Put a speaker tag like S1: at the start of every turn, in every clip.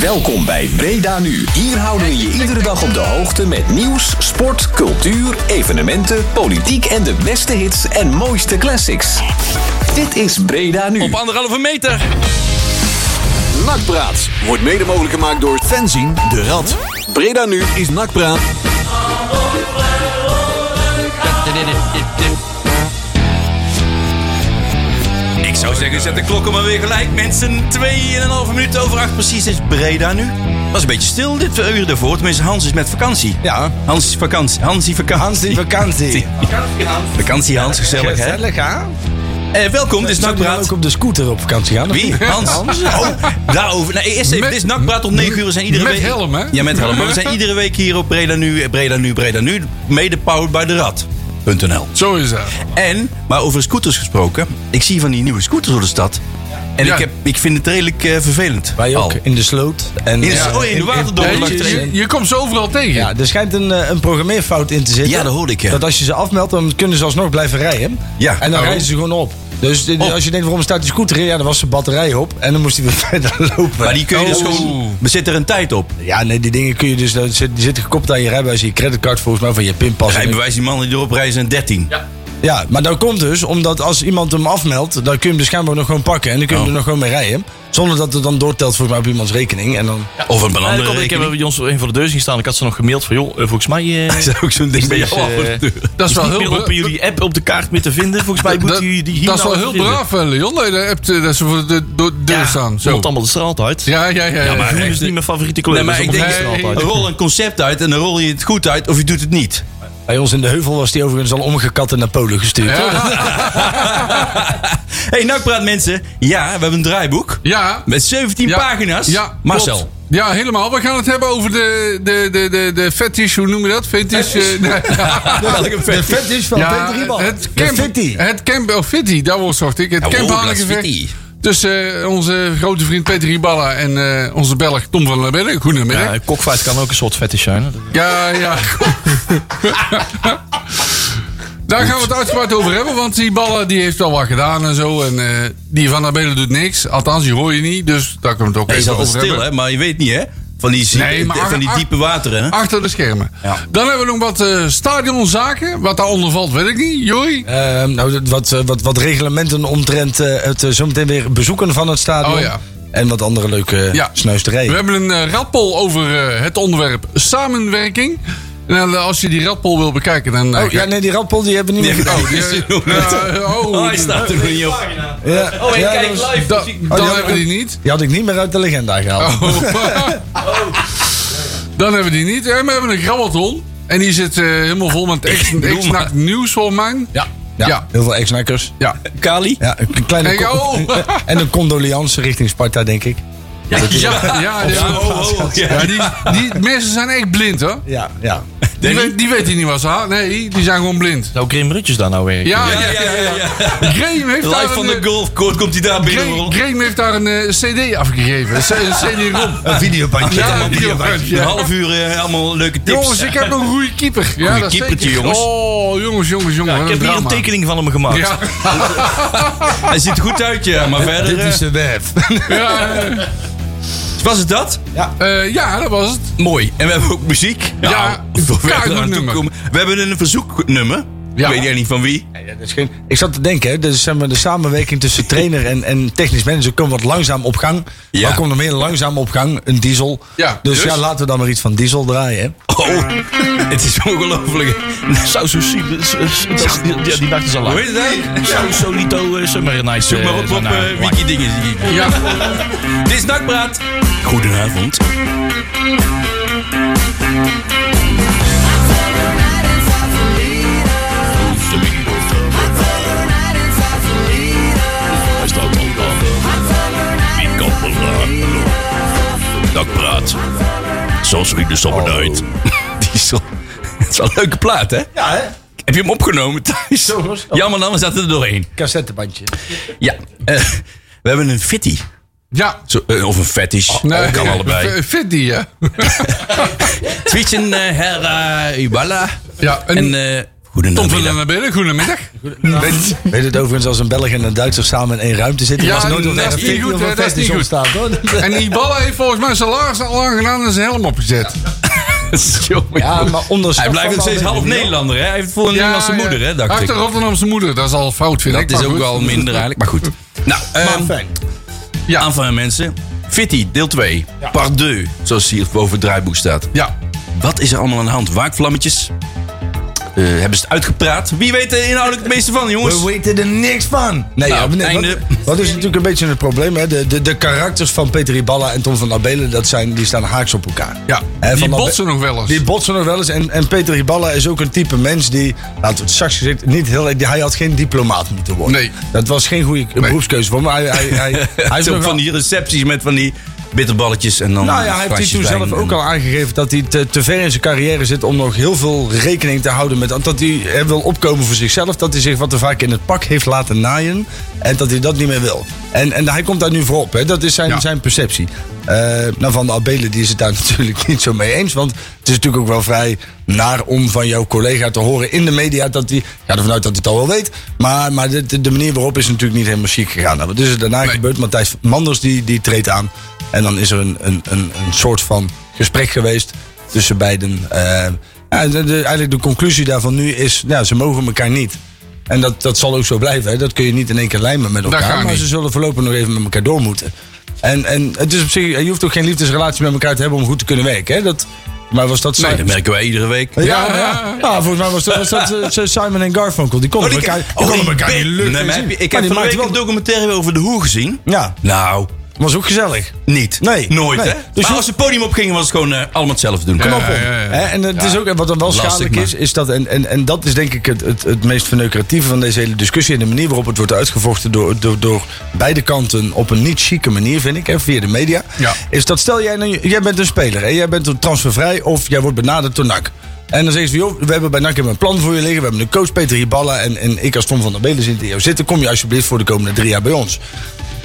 S1: Welkom bij Breda Nu. Hier houden we je iedere dag op de hoogte met nieuws, sport, cultuur, evenementen, politiek en de beste hits en mooiste classics. Dit is Breda Nu.
S2: Op anderhalve meter.
S3: Nakpraat wordt mede mogelijk gemaakt door Fenzin de Rad. Breda nu is Nakpraat.
S2: Ik zou zeggen, zet de klokken maar weer gelijk. Mensen, 2,5 minuten over acht precies is Breda nu. Was een beetje stil dit uur ervoor. Tenminste, Hans is met vakantie.
S4: Ja.
S2: Hans is vakantie. Hansie vakantie.
S4: Hans in vakantie.
S2: Vakantie Hans, gezellig hè.
S4: Gezellig, hè?
S2: Eh, welkom, dit is
S4: Zou die dan
S2: Nakpraat.
S4: ook op de scooter op vakantie gaan? of
S2: Wie?
S4: niet?
S2: Hans? Oh, daarover. Nee, eerst even.
S5: Met-
S2: dit is Nakpraat om 9 uur. We zijn iedere
S5: met
S2: week...
S5: helm, hè?
S2: Ja, met helm. Maar we zijn iedere week hier op Breda Nu, eh, Breda Nu, Breda Nu. Mede powered by de Rad.nl.
S5: Zo is dat.
S2: En, maar over scooters gesproken. Ik zie van die nieuwe scooters door de stad. En
S5: Ja.
S2: ik, heb, ik vind het redelijk eh, vervelend.
S4: Wij ook.
S2: Al.
S4: In de sloot. En,
S2: In de-
S4: ja,
S2: oh, in de waterdorp.
S4: Ja,
S5: Je, je, je komt ze overal tegen.
S4: Ja, er schijnt een, eh, een programmeerfout in te zitten.
S2: Ja, dat hoorde ik, ja.
S4: Dat als je ze afmeldt, dan kunnen ze alsnog blijven rijden.
S2: Ja.
S4: En dan
S2: Oh.
S4: rijden ze gewoon op. Dus dit-
S2: Op.
S4: als je denkt, waarom staat die scooter in? Ja, dan was zijn batterij op. En dan moest hij weer verder lopen.
S2: Maar die kun je dus gewoon... Er zit er een tijd op.
S4: Ja, nee, die dingen kun je dus... dat zit- Die zitten gekoppeld aan je rijbewijs, je creditcard volgens mij, van je pinpas.
S2: Rijbewijs, die mannen die erop rijden zijn 13.
S4: Ja, maar dat komt dus omdat als iemand hem afmeldt, dan kun je hem dus schijnbaar nog gewoon pakken. En dan kun je
S2: Oh.
S4: er nog gewoon mee rijden. Zonder dat het dan doortelt volgens mij op iemands rekening. En dan...
S2: Of een
S6: Ja,
S2: andere
S6: dat klopt. ik heb
S2: rekening.
S6: bij ons een voor de deur zien staan. Ik had ze nog gemaild van, joh, eh, volgens mij eh,
S2: Dat is ook zo'n ding bij
S6: is,
S2: jou.
S6: eh,
S2: af.
S5: dat is wel
S6: niet
S5: heel
S6: meer op
S5: bra-
S6: jullie app op de kaart meer te vinden. Volgens mij moet
S5: dat,
S6: die, die hier
S5: dat is wel
S6: nou
S5: heel
S6: vinden.
S5: braaf, eh, Leon. Dat, je daar hebt, eh, dat ze voor de door de deur
S6: Ja,
S5: staan.
S6: Zo.
S5: Zo.
S6: komt allemaal de straat uit. Ja,
S5: Ja, ja, ja. ja.
S6: maar groen
S5: Echt,
S6: is niet
S5: eh,
S6: mijn favoriete kleur.
S2: Nee, maar
S6: dus
S2: ik
S6: dat
S2: denk,
S6: moet de straat uit.
S2: rol een concept uit en dan rol je het goed uit of je doet het niet.
S4: Bij ons in de heuvel was die overigens al omgekat en naar Polen gestuurd.
S5: Ja,
S2: hey, Nakpraat mensen. Ja, we hebben een draaiboek.
S5: ja.
S2: Met 17
S5: Ja.
S2: pagina's.
S5: Ja,
S2: Marcel.
S5: klopt. Ja, helemaal. We gaan het hebben over de, de, de, de, de fetish, hoe noem je dat? Fetish? eh, nee, ja.
S2: Welke
S4: De
S2: vet.
S4: vet is van
S5: Ja,
S4: Peter Riemann.
S5: het
S4: De
S5: camp,
S4: fitty.
S5: Het camp, oh, fitty, daar wordt zocht ik. Het
S2: Ja,
S5: ja,
S2: wow, dat is fitty.
S5: Tussen eh, onze grote vriend Peter Riballa en eh, onze Belg Tom van der Binnen.
S6: Ja,
S5: Goedemiddag.
S6: een kokfight kan ook een soort fetish zijn. hè.
S5: eh, Ja, ja. Daar gaan we het uitgebreid over hebben, want die ballen die heeft al wat gedaan en zo. En eh, die van der Bellen doet niks. Althans, die hoor je niet, dus daar kunnen we het ook
S2: Hij is
S5: even
S2: altijd
S5: over
S2: stil,
S5: hebben.
S2: hè? Maar je weet niet, hè? Van die, zie-
S5: Nee, maar-
S2: van die diepe wateren, hè?
S5: Achter de schermen.
S2: Ja.
S5: Dan hebben we nog wat eh, stadionzaken. Wat daaronder valt, weet ik niet. Joey?
S4: Ehm, nou, dat- wat, eh, wat, wat reglementen omtrent eh, het eh, zometeen weer bezoeken van het stadion.
S5: Oh, ja.
S4: En wat andere leuke eh,
S5: Ja.
S4: snuisterijen.
S5: We hebben een eh, radpol over eh, het onderwerp samenwerking. En dan, eh, als je die radpol wil bekijken, dan... eh,
S4: Oh, ja, nee, die rappel die hebben we niet meer.
S5: oh, die- ja, oh,
S2: Oh, hij staat er nog niet op.
S4: Ja.
S6: Oh, ik
S4: Ja,
S6: kijk
S4: dat was-
S6: live.
S5: dan dan
S4: die
S5: hebben we die niet.
S4: Die had ik niet meer uit de legenda gehaald.
S5: Oh. Dan hebben we die niet. En we hebben een grabbelton. En die zit eh, helemaal vol met ex-
S2: bedoel
S5: ex-nacht nieuws, volgens mij.
S4: Ja. Ja.
S5: Ja.
S4: heel veel ex-nakkers.
S5: Ja.
S2: Kali?
S4: Ja, een kleine
S5: Hey,
S4: con-
S5: oh.
S4: en een condoliance richting Sparta, denk ik.
S5: Ja, ja, ja.
S2: Ja,
S5: ja.
S2: oh, oh, ja.
S5: die, die mensen zijn echt blind, hoor.
S4: Ja, ja.
S5: Die,
S2: Danny?
S5: weet, die weten niet wat ze hadden. Nee, die zijn gewoon blind.
S6: Nou, Grim Rutjes daar nou weer.
S5: Ja,
S2: Ja, ja, ja, ja.
S5: Graham heeft daar
S2: Live van de
S5: een, eh,
S2: golfcourt komt hij daar binnen
S5: Graham,
S2: rollen.
S5: Graham heeft daar een eh, cd afgegeven. Een c- Een cd-rom.
S6: Ah.
S4: Een videobandje.
S5: Ja,
S2: Een
S5: videobandje.
S2: half uur eh, allemaal leuke tips.
S5: Jongens, ik heb een goede keeper. Ja,
S2: Goeie
S5: dat is
S2: keepertje,
S5: zeker.
S2: jongens.
S5: Oh, jongens, jongens, jongens.
S6: Ja, ik
S5: wat
S6: heb hier een
S5: drama.
S6: tekening van hem gemaakt.
S5: Ja.
S2: Hij ziet er goed uit, ja. Maar verder...
S4: Dit is
S2: eh,
S4: de werf.
S5: Ja, eh,
S2: Was het dat?
S5: eh, ja, dat was het.
S2: Mooi. En we hebben ook muziek.
S5: Ja,
S2: Nou, we,
S5: keihard
S2: hebben eraan toe
S5: nummer.
S2: komen. we hebben een verzoeknummer.
S5: Ja.
S2: Ik weet jij niet van wie.
S4: Ik zat te denken, hè, dus, zeg maar, de samenwerking tussen trainer en, en technisch manager komt wat langzaam op gang.
S2: Ja.
S4: Ja. komt nog meer langzaam op gang? Een diesel.
S5: Ja,
S4: dus,
S5: dus?
S4: ja, laten we dan maar iets van diesel draaien. Hè.
S2: Oh, het is ongelooflijk.
S6: Zou zo zien. Ja, die dacht is al
S2: Hoe
S6: lang.
S2: heet het eigenlijk?
S6: Zou Solito eh, Summer Nights.
S2: Zoek maar op op eh, Wikidingen.
S5: Ja.
S2: Dit is Nakpraat. Goedenavond.
S6: Hij staat al dan. Wie kan praat. Zoals wie de
S4: Oh.
S6: zomer uit.
S2: Diesel. Het is wel een leuke plaat, hè?
S4: Ja, hè?
S2: Heb je hem opgenomen thuis? Jammer dan, we zaten er doorheen.
S4: Cassettebandje.
S2: Ja. eh, we hebben een fitty.
S5: Ja.
S2: Zo, eh, of een fetish.
S5: Nee,
S2: kan allebei.
S5: v- Fit die, hè?
S2: Twitchen, eh, Herra, Ibala.
S5: Ja,
S2: En,
S5: en-
S2: eh,
S5: Tom van den
S2: Goedenavond.
S5: Nabelen, goedemiddag.
S4: Weet het overigens als een Belg en een Duitser samen in één ruimte zitten?
S5: Ja,
S4: was nooit
S5: dat is
S4: een
S5: niet
S4: fitty
S5: goed,
S4: of
S5: hè,
S4: een
S5: dat is
S4: fitty
S5: niet
S4: soms
S5: goed.
S4: staat, hoor.
S5: En die ballen heeft volgens mij zijn laars al aangedaan en zijn helm opgezet.
S4: Ja, maar onder
S2: Hij blijft nog steeds half
S4: Nederland.
S2: Nederlander, hè? Hij heeft vol een Nederlandse moeder, hè? Dacht ik.
S5: Achter Rotterdamse moeder, dat is al fout, vind ik.
S2: Dat is
S5: maar
S2: ook
S5: goed.
S2: wel minder eigenlijk, maar goed. Nou, ehm,
S5: Ja.
S2: aan van mensen. Fitty, deel 2. Part 2, zoals hier boven het draaiboek staat.
S5: Ja,
S2: Wat is er allemaal aan de hand? Waakvlammetjes? Eh, hebben ze het uitgepraat? Wie weet er inhoudelijk het meeste van, jongens?
S4: We weten er niks van. Nee,
S2: Nou,
S4: ja, maar nee,
S2: einde.
S4: wat, wat is natuurlijk een beetje het probleem. Hè? De, de, de karakters van Peter Iballa en Tom van Abelen, dat zijn, die staan haaks op elkaar.
S5: ja.
S4: Hè,
S5: die
S4: Van Abe-
S5: botsen nog wel eens.
S4: Die botsen nog wel eens. En, en Peter Iballa is ook een type mens die, laten we het straks gezegd, niet heel, die- hij had geen diplomaat moeten worden.
S5: Nee.
S4: Dat was geen goede beroepskeuze voor hem. maar Hij, hij, hij, hij is
S2: Zo
S4: nog wel-
S2: van die recepties met van die bitterballetjes en dan.
S4: Nou ja, hij heeft
S2: flesjes
S4: toen
S2: wijn
S4: zelf
S2: en-
S4: ook al aangegeven dat hij te, te ver in zijn carrière zit om nog heel veel rekening te houden met. Dat hij hè, wil opkomen voor zichzelf. Dat hij zich wat te vaak in het pak heeft laten naaien. En dat hij dat niet meer wil. En, en hij komt daar nu voor op. Hè. Dat is zijn,
S5: Ja.
S4: zijn perceptie. Eh, nou, van de Abelen die is het daar natuurlijk niet zo mee eens. Want het is natuurlijk ook wel vrij naar om van jouw collega te horen in de media. Dat hij, ja, ervan uit dat hij het al wel weet. Maar, maar de, de- de manier waarop is natuurlijk niet helemaal chic gegaan. Nou, wat is er daarna
S5: Nee.
S4: gebeurd? Matthijs Manders die, die treedt aan. En dan is er een, een, een, een soort van gesprek geweest tussen beiden. Eh, ja, de- de- eigenlijk de conclusie daarvan nu is, nou, ze mogen elkaar niet. En dat, dat zal ook zo blijven. Hè? Dat kun je niet in één keer lijmen met
S5: gaat
S4: elkaar. Maar
S5: niet.
S4: ze zullen voorlopig nog even met elkaar door moeten. En, en het is op zich, je hoeft ook geen liefdesrelatie met elkaar te hebben om goed te kunnen werken. Hè? Dat, maar was dat
S2: Nee,
S4: Simon?
S2: dat merken wij iedere week.
S4: ja, ja,
S5: Ja, ja, ja.
S4: Nou, volgens mij was dat, was dat eh, Simon en Garfunkel. Oh, Die konden
S2: Oh, die
S4: elkaar,
S2: ken-
S4: die konden
S2: die
S4: elkaar
S2: ben-
S4: niet lukken.
S2: Nee, maar heb je- ik
S4: Maar
S2: heb
S4: die
S2: van de week
S4: maakten
S2: een
S4: wel...
S2: documentaire over de hoe gezien.
S4: Ja,
S2: Nou,
S4: was ook gezellig.
S2: niet.
S4: Nee,
S2: Nooit,
S4: nee.
S2: hè?
S4: Dus
S2: maar
S4: je-
S2: als ze het podium opgingen, was het gewoon eh, allemaal hetzelfde doen.
S5: Ja,
S2: Kom op.
S5: ja, ja, ja.
S4: Hè, en het is ook, wat dan wel
S2: Lastig,
S4: schadelijk
S2: maar.
S4: is, is dat, en, en, en dat is denk ik het, het, het meest verneukeratieve van deze hele discussie. En de manier waarop het wordt uitgevochten door, door, door beide kanten op een niet chique manier, vind ik, hè, via de media.
S5: Ja.
S4: Is dat stel jij, nou, jij bent een speler, hè, jij bent transfervrij of jij wordt benaderd door NAC. En dan zeggen ze, joh, we hebben bij NAC hebben we een plan voor je liggen. We hebben een coach, Peter Hiballa en, en ik als Tom van der Belen zit in jou zitten. Kom je alsjeblieft voor de komende drie jaar bij ons.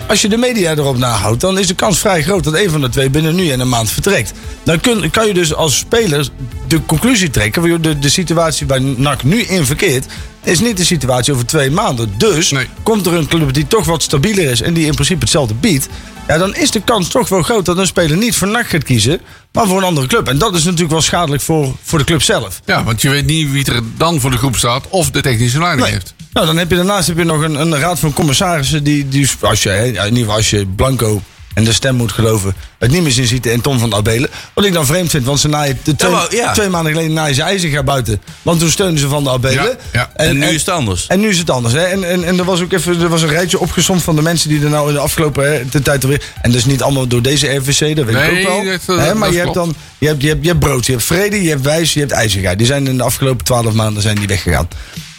S4: Als je de media erop nahoudt, dan is de kans vrij groot dat een van de twee binnen nu en een maand vertrekt. Dan kun, kan je dus als speler de conclusie trekken: van, joh, de, de situatie waar NAC nu in verkeert, is niet de situatie over twee maanden. Dus
S5: Nee.
S4: komt er een club die toch wat stabieler is en die in principe hetzelfde biedt. Ja, dan is de kans toch wel groot dat een speler niet voor NAC gaat kiezen, maar voor een andere club. En dat is natuurlijk wel schadelijk voor, voor de club zelf.
S5: Ja, want je weet niet wie er dan voor de groep staat of de technische leiding
S4: Nee.
S5: heeft.
S4: Nou, dan heb je daarnaast heb je nog een, een raad van commissarissen die, die als je, hè, in ieder geval als je Blanco en de stem moet geloven, het niet meer zien zitten in Tom van Abelen. Wat ik dan vreemd vind, want ze naaien de twee,
S2: maar, ja.
S4: twee maanden geleden naaien ze ijzer buiten. Want toen steunden ze van de Abelen.
S5: Ja, ja.
S2: En nu is het anders.
S4: En nu is het anders. Hè? En, en, en er was ook even er was een rijtje opgezomd van de mensen die er nou in de afgelopen hè, de tijd alweer. En dat is niet allemaal door deze RVC, dat weet
S5: Nee,
S4: ik ook wel.
S5: dat- dat-
S4: Hè,
S5: dat
S4: maar je hebt
S5: klopt.
S4: dan je hebt, je, hebt, je hebt brood, je hebt vrede, je hebt wijs, je hebt ijzergaard. Die zijn in de afgelopen twaalf maanden zijn die weggegaan.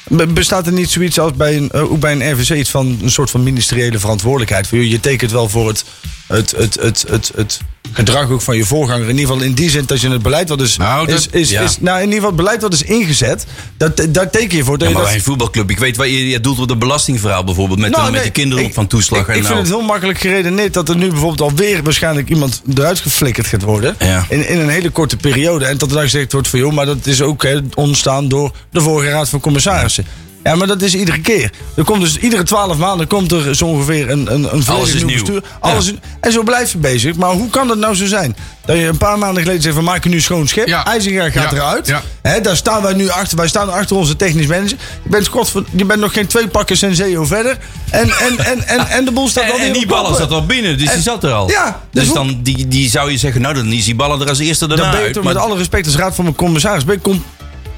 S4: Be- Bestaat er niet zoiets als bij een, eh, ook bij een RVC iets van een soort van ministeriële verantwoordelijkheid? Van, joh, Je tekent wel voor het, het, het, het, het, het gedrag ook van je voorganger. In ieder geval in die zin dat je het beleid wat is,
S5: Nou, dat-
S4: is, is,
S2: ja.
S4: is- nou, in ieder geval het beleid wat is ingezet, dat, daar teken je voor. Dat
S2: Ja,
S4: je
S2: maar
S4: dat-
S2: bij een voetbalclub. Ik weet waar je, je doelt op de belastingverhaal bijvoorbeeld. Met,
S4: Nou,
S2: de, met
S4: nee,
S2: de kinderen
S4: ik-
S2: op van toeslag.
S4: Ik,
S2: en
S4: ik vind
S2: nou.
S4: het heel makkelijk geredeneerd dat er nu bijvoorbeeld alweer waarschijnlijk iemand eruit geflikkerd gaat worden.
S2: Ja.
S4: In, in een hele korte periode. En dat er dan gezegd wordt van joh, maar dat is ook hè, ontstaan door de vorige raad van commissarissen. Ja, maar dat is iedere keer. Er komt dus iedere twaalf maanden komt er zo ongeveer een, een, een volledig
S2: is
S4: nieuw
S2: nieuw.
S4: bestuur. Alles is- en zo blijf je bezig. Maar hoe kan dat nou zo zijn? Dat je een paar maanden geleden zegt van maak je nu schoon schip.
S5: Ja.
S4: IJzinga gaat
S5: Ja.
S4: eruit.
S5: Ja.
S4: Hè, daar staan wij nu achter. Wij staan achter onze technisch manager. Je bent, godver- je bent nog geen twee pakken Senseo verder. En, en, en, en, en de boel staat
S2: En,
S4: dan
S2: en
S4: weer
S2: die
S4: op
S2: ballen
S4: koppen.
S2: zat al binnen, dus
S4: En-
S2: die zat er al.
S4: Ja, dus
S2: dus
S4: hoe-
S2: dan die, die zou je zeggen, nou dan is die ballen er als eerste daarna
S4: Dan ben je
S2: uit.
S4: toch
S2: Maar
S4: met alle respect als raad van mijn commissaris ben je, com-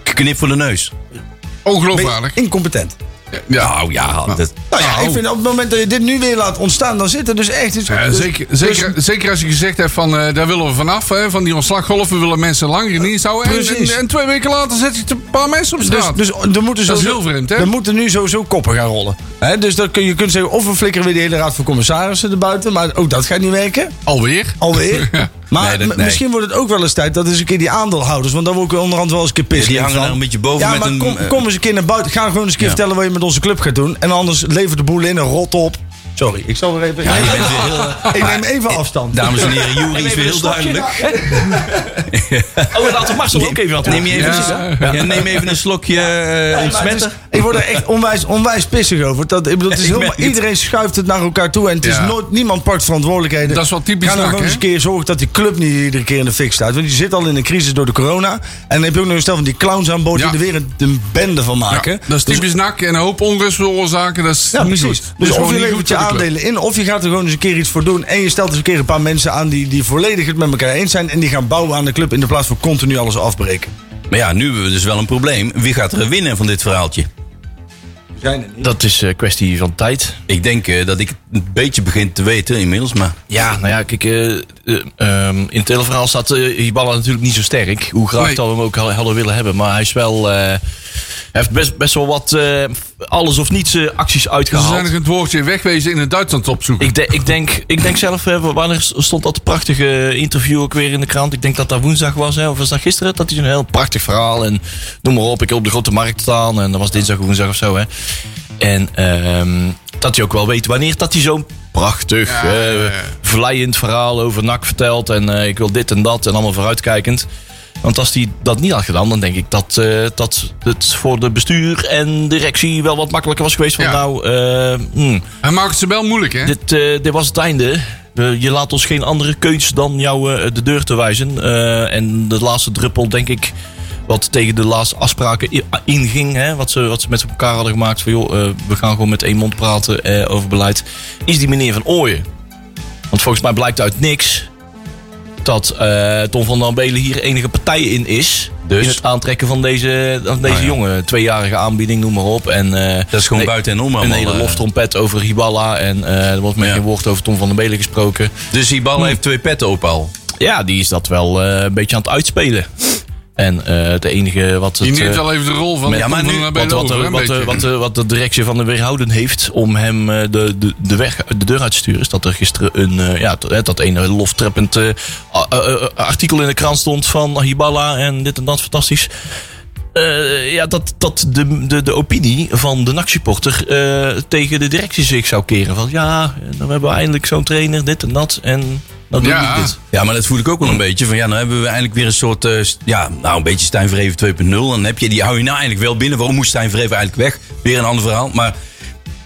S2: knip voor de neus.
S4: ben je
S5: Ongeloofwaardig.
S4: incompetent.
S5: Ja,
S2: Nou ja, dat,
S4: Nou ja,
S5: Nou.
S4: ik vind op het moment dat je dit nu weer laat ontstaan, dan zit er dus echt iets.
S5: Ja,
S4: dus-
S5: zeker,
S4: dus-
S5: zeker, zeker als je gezegd hebt van eh, daar willen we vanaf, hè, van die ontslaggolf. We willen mensen langer in dienst houden. En- En,
S4: Precies.
S5: en twee weken later zet je een paar mensen op
S4: Dus,
S5: straat.
S4: dus er moeten
S5: Dat is
S4: sowieso-
S5: heel vreemd, hè?
S4: Er moeten nu sowieso koppen gaan rollen. Hè, dus dat kun, je kunt zeggen, of we flikkeren weer de hele raad van commissarissen erbuiten. Maar ook dat gaat niet werken.
S5: Alweer.
S4: Alweer.
S5: Ja.
S4: Maar
S2: Nee, dat-
S4: m-
S2: nee.
S4: misschien wordt het ook wel eens tijd dat eens een keer die aandeelhouders, want daar word ik onderhand wel eens een keer
S2: Ja,
S4: pissig
S2: die
S4: van.
S2: hangen daar een beetje boven
S4: Ja,
S2: met
S4: maar
S2: een,
S4: kom,
S2: eh,
S4: kom eens een keer naar buiten. Ga gewoon eens een keer
S2: Ja.
S4: vertellen wat je met onze club gaat doen. En anders levert de boel in en rot op. Sorry, ik zal er even...
S2: je bent weer heel, eh,
S4: ik neem even afstand.
S2: dames en heren, Jury
S6: Neem
S2: is
S6: even
S2: weer
S6: een
S2: heel
S6: slokje.
S2: duidelijk.
S6: Oh, en laten Marcel ook even wat
S2: Neem, je even,
S5: Ja.
S2: ja, neem even een slokje eh,
S4: Maar het
S2: ontsmetter.
S4: is- Ik word er echt onwijs, onwijs pissig over. Dat, ik bedoel, het is
S2: Ik
S4: helemaal-
S2: merk het.
S4: iedereen schuift het naar elkaar toe. En het is
S5: Ja.
S4: nooit, niemand pakt verantwoordelijkheden.
S5: Dat is wel typisch
S4: Ga nou
S5: NAC,
S4: gewoon eens
S5: hè?
S4: een keer zorgen dat die club niet iedere keer in de fik staat. Want je zit al in een crisis door de corona. En dan heb je ook nog een stel van die clowns aan boord
S5: Ja.
S4: die er weer een, een bende van maken.
S5: Ja, dat is
S4: Dus-
S5: typisch nak en een hoop onrust veroorzaken. Dat is
S4: ja,
S5: niet
S4: precies.
S5: goed. Dat
S4: Dus
S5: is
S4: of
S5: gewoon
S4: je
S5: niet
S4: levert
S5: goed
S4: je
S5: voor de club.
S4: aandelen in, of je gaat er gewoon eens een keer iets voor doen. En je stelt eens een keer een paar mensen aan die, die volledig het met elkaar eens zijn. En die gaan bouwen aan de club in de plaats van continu alles afbreken.
S2: Maar ja, nu hebben we dus wel een probleem. Wie gaat er winnen van dit verhaaltje?
S4: Zijn er niet.
S6: Dat is eh, kwestie van tijd.
S2: Ik denk eh, dat ik het een beetje begin te weten inmiddels, maar...
S6: Ja, nou ja, kijk, eh, eh, ehm, in het hele verhaal staat eh, Hibala natuurlijk niet zo sterk. Hoe graag
S5: Nee.
S6: dat we hem ook hadden willen hebben. Maar hij is wel, eh, hij heeft best, best wel wat eh, alles of niets eh, acties
S5: Ze
S6: uitgehaald.
S5: zijn er het woordje wegwezen in het Duitsland opzoeken.
S6: Ik, de- ik, denk, ik denk zelf, eh, wanneer stond dat prachtige interview ook weer in de krant? Ik denk dat dat woensdag was, hè, of was dat gisteren? Dat is een heel prachtig verhaal en noem maar op. Ik heb op de grote markt staan en dat was dinsdag, woensdag of zo. Hè. En ehm, dat hij ook wel weet wanneer dat hij zo'n prachtig,
S5: Ja,
S6: eh,
S5: ja, ja.
S6: vleiend verhaal over NAC vertelt. En eh, ik wil dit en dat en allemaal vooruitkijkend. Want als hij dat niet had gedaan, dan denk ik dat, eh, dat het voor de bestuur en directie wel wat makkelijker was geweest. Van
S5: Ja.
S6: nou, eh, hmm,
S5: Hij maakt ze wel moeilijk, hè?
S6: dit, eh, dit was het einde. Eh, je laat ons geen andere keus dan jou eh, de deur te wijzen. Eh, en de laatste druppel, denk ik, wat tegen de laatste afspraken i- inging. Hè, wat, ze, wat ze met elkaar hadden gemaakt. Van joh, eh, we gaan gewoon met één mond praten eh, over beleid. Is die meneer van Ooyen. Want volgens mij blijkt uit niks dat eh Tom van den Belen hier enige partij in is.
S2: Dus?
S6: In het aantrekken van deze, van deze jongen. Tweejarige aanbieding, noem maar op. En, eh,
S2: Nou Dat is gewoon buiten en om
S6: een
S2: allemaal,
S6: hele
S2: eh.
S6: loftrompet over Hiballa. En eh, er wordt met
S2: Ja.
S6: geen woord over Tom van den Belen gesproken.
S2: Dus die bal heeft twee petten op al.
S6: Ja, die is dat wel eh, een beetje aan het uitspelen. En eh, het enige wat het...
S5: Die neemt
S6: eh,
S5: wel even de rol van...
S2: Ja, maar nu-
S5: Van, eh,
S6: wat, wat,
S5: over,
S6: de-
S5: een
S6: wat, de-
S5: beetje.
S6: wat, de- wat de directie van de weerhouden heeft om hem eh, de, de, de, weg, de deur uit te sturen... is dat er gisteren een, eh, ja, dat, hè, dat ene loftreppend eh, a- a- a- artikel in de krant stond... van Hiballa en dit en dat, fantastisch. Eh, ja, dat, dat de, de, de opinie van de NAC-supporter eh, tegen de directie zich zou keren. Van ja, dan hebben we eindelijk zo'n trainer, dit en dat. En dan doe
S5: Ja.
S6: ik dit.
S2: Ja, maar dat voel ik ook wel een beetje. Van ja, nou hebben we eigenlijk weer een soort. eh, st- ja, nou, een beetje Stijn Vreven 2.0. Dan heb je die. Hou je nou eigenlijk wel binnen. Waarom moest Stijn Vreven eigenlijk weg? Weer een ander verhaal. Maar.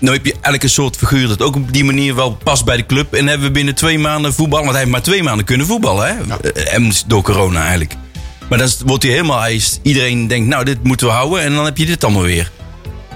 S2: Nou heb je eigenlijk een soort figuur dat ook op die manier wel past bij de club. En hebben we binnen twee maanden voetbal. Want hij heeft maar twee maanden kunnen voetballen. Hè? Eh, En door corona eigenlijk. Maar dan is- wordt hij helemaal. Hij is, iedereen denkt, nou, dit moeten we houden. En dan heb je dit allemaal weer.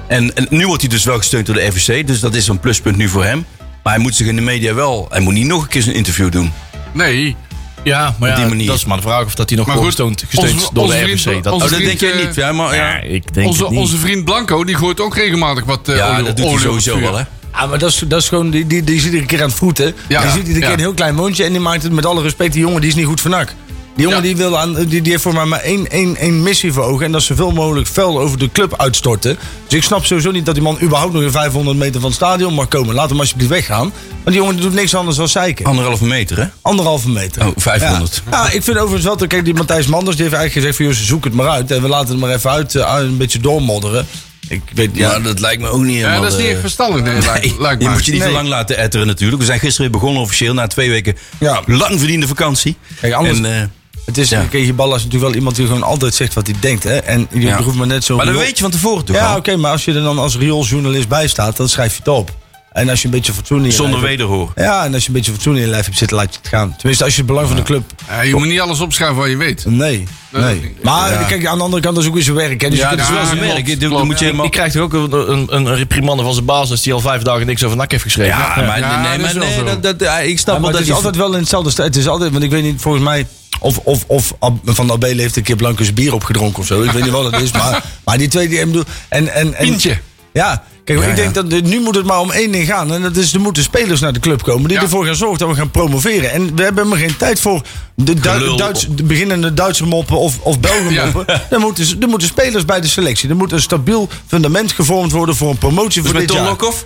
S2: En, en nu wordt hij dus wel gesteund door de RVC. Dus dat is een pluspunt nu voor hem. Maar hij moet zich in de media wel. Oh, Hij moet niet nog een keer een interview doen.
S5: Nee.
S6: Ja, maar
S2: Op die
S6: ja,
S2: manier.
S6: dat is maar de vraag of dat hij nog
S5: Maar
S6: wordt
S5: goed,
S6: gesteund, gesteund
S5: onze-
S6: door
S5: onze
S6: de
S5: vriend-
S6: RVC. Dat,
S5: onze-
S2: Oh, dat
S5: vriend,
S2: denk jij
S5: eh,
S2: niet. Ja, maar,
S6: ja,
S2: ja.
S6: ik denk
S5: Onze,
S6: het niet.
S5: onze vriend Blanco, die gooit ook regelmatig wat eh,
S2: ja
S5: olie-
S2: dat doet hij
S5: olie op het
S2: sowieso
S5: vuur.
S2: wel, hè?
S4: Ja, maar dat is, dat is gewoon, die, die, die is iedere keer aan het voeten.
S5: Ja.
S4: die ziet iedere keer
S5: Ja.
S4: een heel klein mondje en die maakt het met alle respect. Die jongen die is niet goed voor nak. Die jongen
S5: Ja.
S4: die, wil aan, die, die heeft voor mij maar één, één, één missie voor ogen. En dat is zoveel mogelijk vuil over de club uitstorten. Dus ik snap sowieso niet dat die man überhaupt nog in 500 meter van het stadion mag komen. Laat hem alsjeblieft weggaan. Want die jongen die doet niks anders dan zeiken.
S2: Anderhalve meter, hè?
S4: Anderhalve meter.
S2: Oh, 500.
S4: Ja. Ja, ik vind overigens wel... te- Kijk, die Matthijs Manders die heeft eigenlijk gezegd... Van, joh, ze zoek het maar uit. En we laten het maar even uit. eh, een beetje doormodderen. Ik weet
S2: Ja, dat lijkt me ook niet
S5: Ja,
S2: helemaal...
S5: dat is niet echt
S2: eh,
S5: verstandig, nee,
S2: nee,
S5: lijkt, lijkt
S2: je
S5: mij.
S2: moet je niet
S4: Nee.
S2: te lang laten etteren natuurlijk. We zijn gisteren weer begonnen officieel na twee weken
S4: Ja.
S2: lang verdiende vakantie.
S4: Kijk, anders-
S2: En, eh,
S4: Het is,
S2: Ja.
S4: ja. je bal is natuurlijk wel iemand die gewoon altijd zegt wat hij denkt. Hè? En je
S2: Ja.
S4: hoeft maar net zo...
S2: maar dat
S4: riool-
S2: weet je van tevoren toch
S4: Ja,
S2: al?
S4: oké, maar als je er dan als riooljournalist bij staat, dan schrijf je het op. En als je een beetje fatsoen in je
S2: Zonder
S4: lijf hebt-
S2: wederhoor.
S4: Ja, en als je een beetje fatsoen in je lijf hebt zitten, laat je het gaan. Tenminste, als je het belang van de club...
S5: Ja, je moet niet alles opschrijven wat je weet.
S4: Nee,
S5: Nee, dat
S4: nee.
S5: niet.
S4: Maar kijk, aan de andere kant, dat is ook weer zijn werk. Hè? Dus
S5: Ja,
S4: je
S5: dat
S4: kunt het
S5: is
S4: wel
S5: wel
S4: eens
S5: zijn
S4: merken.
S5: werk.
S2: dit- dan moet je helemaal-
S6: Ik krijg toch ook een, een, een reprimande van zijn baas als die al vijf dagen niks over NAC heeft geschreven.
S2: Ja,
S5: Ja,
S2: maar, nee,
S5: dat is
S2: maar
S5: wel
S2: nee,
S5: zo.
S2: dat, dat, ja, ik snap
S4: Ja,
S2: wel
S4: maar
S2: dat
S4: het is
S2: je-
S4: altijd wel in hetzelfde sta- Het is altijd, want ik weet niet, volgens mij. Of, of, of Ab- Van der Belen heeft een keer Blankers bier opgedronken of zo. Ik weet niet wat het is, maar, maar die twee die hem doen. En, en, en,
S5: Pintje.
S4: Ja, kijk,
S2: Ja,
S4: ik denk dat dit- nu moet het maar om één ding gaan. En dat is, er moeten spelers naar de club komen die
S5: Ja.
S4: ervoor gaan zorgen dat we gaan promoveren. En we hebben maar geen tijd voor de, Du-
S2: Gelul.
S4: Duits, de beginnende Duitse moppen of, of Belgen
S5: Ja.
S4: moppen. Er, moeten, er moeten spelers bij de selectie. Er moet een stabiel fundament gevormd worden voor een promotie
S2: Dus
S4: voor
S2: met
S4: dit
S2: Ton
S4: jaar.
S2: Lokhoff?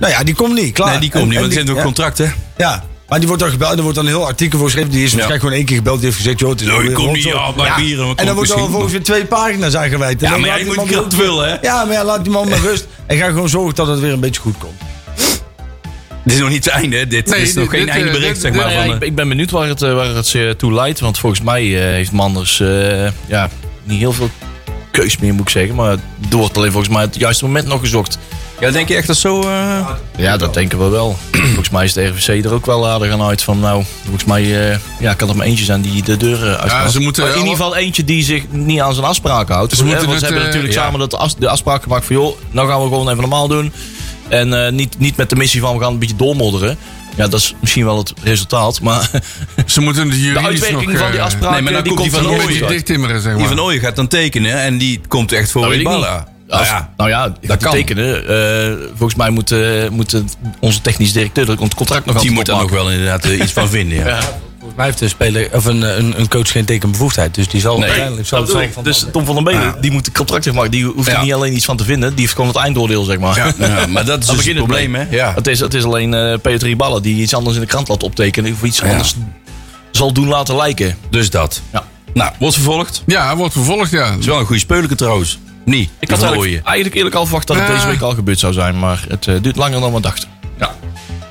S4: Nou ja, die komt niet, klaar.
S2: Nee, die komt
S4: En-
S2: niet,
S4: en
S2: want die
S4: die-
S2: heeft ook
S4: ja.
S2: contract, hè?
S4: Ja, maar die wordt dan gebeld. Er wordt dan een heel artikel voor geschreven. Die is waarschijnlijk gewoon één keer gebeld. Die heeft gezegd, joh, het is
S2: Nou,
S4: alweer
S2: ik kom
S4: rotzooi.
S2: niet, ja, blijf hier, maar
S4: En
S2: kom
S4: dan wordt dan
S2: misschien.
S4: vervolgens weer twee pagina's aan gewijd. En
S2: Ja,
S4: dan
S2: maar
S4: laat
S2: jij
S4: die
S2: moet die
S4: man-
S2: krant vullen, hè?
S4: Ja, maar ja, laat die man maar rust. En ga gewoon zorgen dat het weer een beetje goed komt.
S2: Dit is nog niet het einde, hè? dit.
S5: Nee,
S2: dit is nog
S5: dit-
S2: geen
S5: dit,
S2: einde
S5: eh,
S2: bericht,
S5: dit-
S2: zeg
S5: dit-
S2: maar.
S5: Ja,
S2: van,
S6: ja,
S2: eh,
S6: ik, ik ben benieuwd waar het, eh, waar het eh, toe leidt. Want volgens mij eh, heeft Manders eh, ja, niet heel veel keus meer, moet ik zeggen. Maar er wordt alleen volgens mij het juiste moment nog gezocht.
S2: ja, denk je echt dat zo... eh,
S6: Ja, dat denken we wel. volgens mij is de RVC er ook wel aardig aan uit van... Nou, volgens mij eh, ja, kan er maar eentje zijn die de deuren uitgaat.
S5: ze moeten
S6: in
S5: wel-
S6: ieder geval eentje die zich niet aan zijn afspraken houdt.
S5: Ze
S6: Hè,
S5: moeten
S6: want ze
S5: het,
S6: hebben
S5: eh,
S6: natuurlijk
S5: ja.
S6: samen dat as- de afspraak gemaakt van... joh, nou gaan we gewoon even normaal doen. En eh, niet, niet met de missie van we gaan een beetje doormodderen. Ja, dat is misschien wel het resultaat. Maar
S5: Nou Ze moeten de
S6: de
S5: juridisch nog...
S6: uitwerking van die
S5: eh,
S6: afspraak
S2: nee, maar dan
S6: eh, die
S2: komt die
S6: komt van
S2: van
S5: Een
S2: Nooit
S5: beetje
S2: wat.
S5: dicht timmeren, zeg
S2: Die van
S5: maar.
S2: Ooyen gaat dan tekenen en die komt echt voor
S6: Dat weet ik
S2: Riballa.
S6: niet.
S2: Nou
S6: Als-
S2: ja,
S6: Nou ja,
S5: Dat
S6: dat
S5: kan.
S6: kan. tekenen. Eh, volgens mij moet, eh, moet eh, onze technisch directeur het contract nog
S2: die
S6: altijd
S2: moet daar nog
S6: opmaken.
S2: wel inderdaad eh, iets van vinden. Ja.
S4: Volgens mij heeft een, speler, of een, een, een coach geen tekenbevoegdheid. Dus die zal uiteindelijk... Zal,
S6: Dat bedoel
S4: zal
S6: ik.
S4: van
S6: Dus Tom van den Belen, die moet het contract nog maken. Die hoeft
S2: Ja.
S6: er niet alleen iets van te vinden. Die heeft gewoon het eindoordeel, zeg maar.
S2: Ja, ja, maar dat is dus het
S6: begint het
S2: probleem, hè? Ja.
S6: Het, is, het is alleen eh Peter Ballen die iets anders in de krant laat optekenen. Of iets
S2: Ja.
S6: anders zal doen laten lijken.
S2: Dus dat.
S6: Ja.
S2: Nou, wordt vervolgd.
S5: Ja, wordt vervolgd, ja.
S2: is wel een goede speulke trouwens. Nee,
S6: Ik had
S2: je.
S6: eigenlijk, eigenlijk eerlijk al verwacht dat het
S5: Ja.
S6: deze week al gebeurd zou zijn. Maar het eh, duurt langer dan we dachten.
S2: Ja.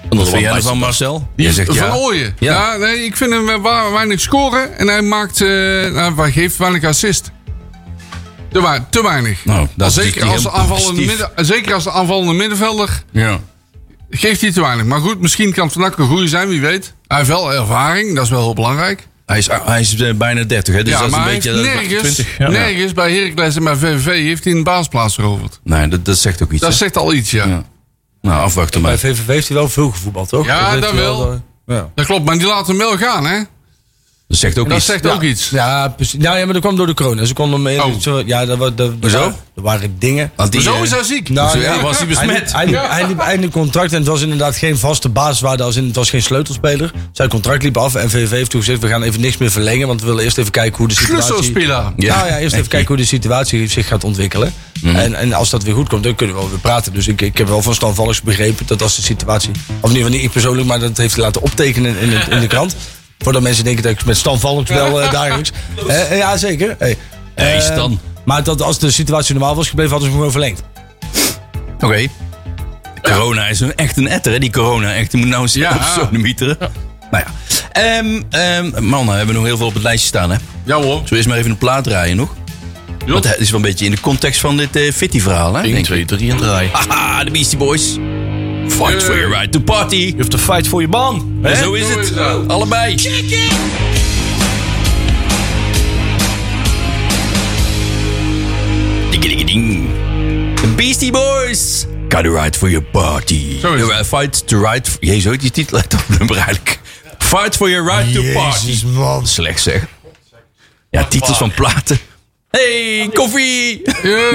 S2: Wat vind jij ervan, Marcel? Jij zegt
S5: van
S2: ja.
S5: Ooyen.
S2: Ja.
S5: Ja. nee, ik vind hem eh, wa- weinig scoren. En hij maakt, eh, nou, hij geeft weinig assist. Te, wa- te weinig.
S2: Nou, dat is
S5: zeker,
S2: niet
S5: als de
S2: heel
S5: aanvallende
S2: positief.
S5: midden, zeker als de aanvallende middenvelder
S2: Ja.
S5: geeft hij te weinig. Maar goed, misschien kan Van Akker een goede zijn, wie weet. Hij heeft wel ervaring, dat is wel heel belangrijk.
S2: Hij is, hij is eh, bijna 30, hè? Dus
S5: ja,
S2: dat is
S5: maar
S2: een
S5: hij
S2: beetje.
S5: heeft
S2: dat-
S5: nergens,
S2: 20, ja.
S5: nergens bij Heracles en bij VVV heeft hij een baasplaats veroverd.
S2: Nee, dat, dat zegt ook iets.
S5: Dat
S2: hè?
S5: zegt al iets, ja.
S2: Ja. Nou, afwachten maar.
S4: Bij VVV heeft hij wel veel gevoetbald, toch?
S5: Ja,
S4: heeft
S5: dat
S4: hij
S5: wel.
S4: eh, Ja.
S5: Dat klopt, maar die laat hem wel gaan, hè?
S2: Dat zegt ook
S5: Dat
S2: iets.
S5: zegt
S4: Ja.
S5: ook iets.
S4: Ja, precies. Nou ja, maar dat kwam door de corona. Ze konden hem
S5: Oh.
S4: heel- Ja, dat, wa- dat,
S2: Hoezo?
S4: ja, Er waren dingen.
S2: Want die,
S5: Zo
S2: eh,
S5: is hij ziek.
S4: Nou,
S2: ja, was hij
S4: Hij
S2: besmet?
S4: liep, hij, liep, hij liep einde contract en het was inderdaad geen vaste basiswaarde. Als in, het was geen sleutelspeler. Zijn contract liep af en VVV heeft toen gezegd... we gaan even niks meer verlengen, want we willen eerst even kijken hoe de situatie...
S5: Klusselspeler.
S2: Ja. Mhm.
S4: Ja. Nou ja, eerst even kijken hoe de situatie zich gaat ontwikkelen. En, en als dat weer goed komt, dan kunnen we wel weer praten. Dus ik, ik heb wel van Stan Valks begrepen dat als de situatie... of niet, niet ik persoonlijk, maar dat heeft hij laten optekenen in, het- in de krant. Voordat mensen denken dat ik met Stan Valks wel eh, dagelijks... Eh, eh, ja, zeker. Hey.
S2: Hey,
S4: Eh,
S2: Stan.
S4: maar dat als de situatie normaal was gebleven, hadden ze hem gewoon verlengd.
S2: Oké. Corona is een, echt een etter, hè? Die corona. Echt, die moet nou eens
S5: Ja.
S2: op zo'n mieteren. Nou ja. Ehm ehm, mannen, we hebben nog heel veel op het lijstje staan, hè? Zullen
S5: Ja hoor.
S2: we eerst maar even een plaat draaien nog? Want het is wel een beetje in de context van dit eh Fitty-verhaal, hè?
S6: 1,
S2: denk ik.
S6: 2, 3 en draai.
S2: Haha, de Beastie Boys. Fight for your right to party.
S6: Je hebt te fight voor je baan.
S2: En
S6: hè?
S2: zo is
S5: Zo is
S2: het.
S5: dat.
S2: Allebei. Ding-a-ding-a-ding. The Beastie Boys. Got a right for your party.
S5: Zo is het.
S2: Eh, Fight to right. Jezus, hoe heet die titel uit dat nummer eigenlijk. Fight for your right to party.
S4: man.
S2: Slecht zeg. Ja, titels van platen. Hey, koffie.
S5: Ja.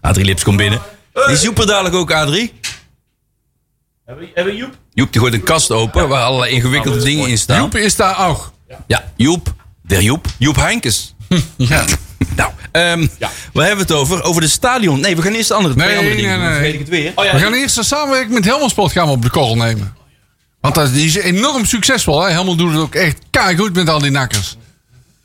S2: Adrie Lips komt binnen. Die Joep er dadelijk ook, Adrie.
S6: Hebben Joep?
S2: Joep die gooit een kast open waar allerlei ingewikkelde dingen in staan.
S5: Joep is daar ook.
S2: Ja, Joep. Der Joep. Joep Heinkes.
S5: Ja.
S2: Nou, ehm waar hebben we het over? Over de stadion. Nee, we gaan eerst de andere,
S5: Nee,
S2: twee andere dingen.
S5: nee,
S2: doen. Dan
S5: nee.
S2: vergeet ik het weer.
S5: We gaan eerst een samenwerking met Helmond Sport gaan we op de korrel nemen. Want dat, die is enorm succesvol. Hè? Helmond doet het ook echt goed met al die nakkers.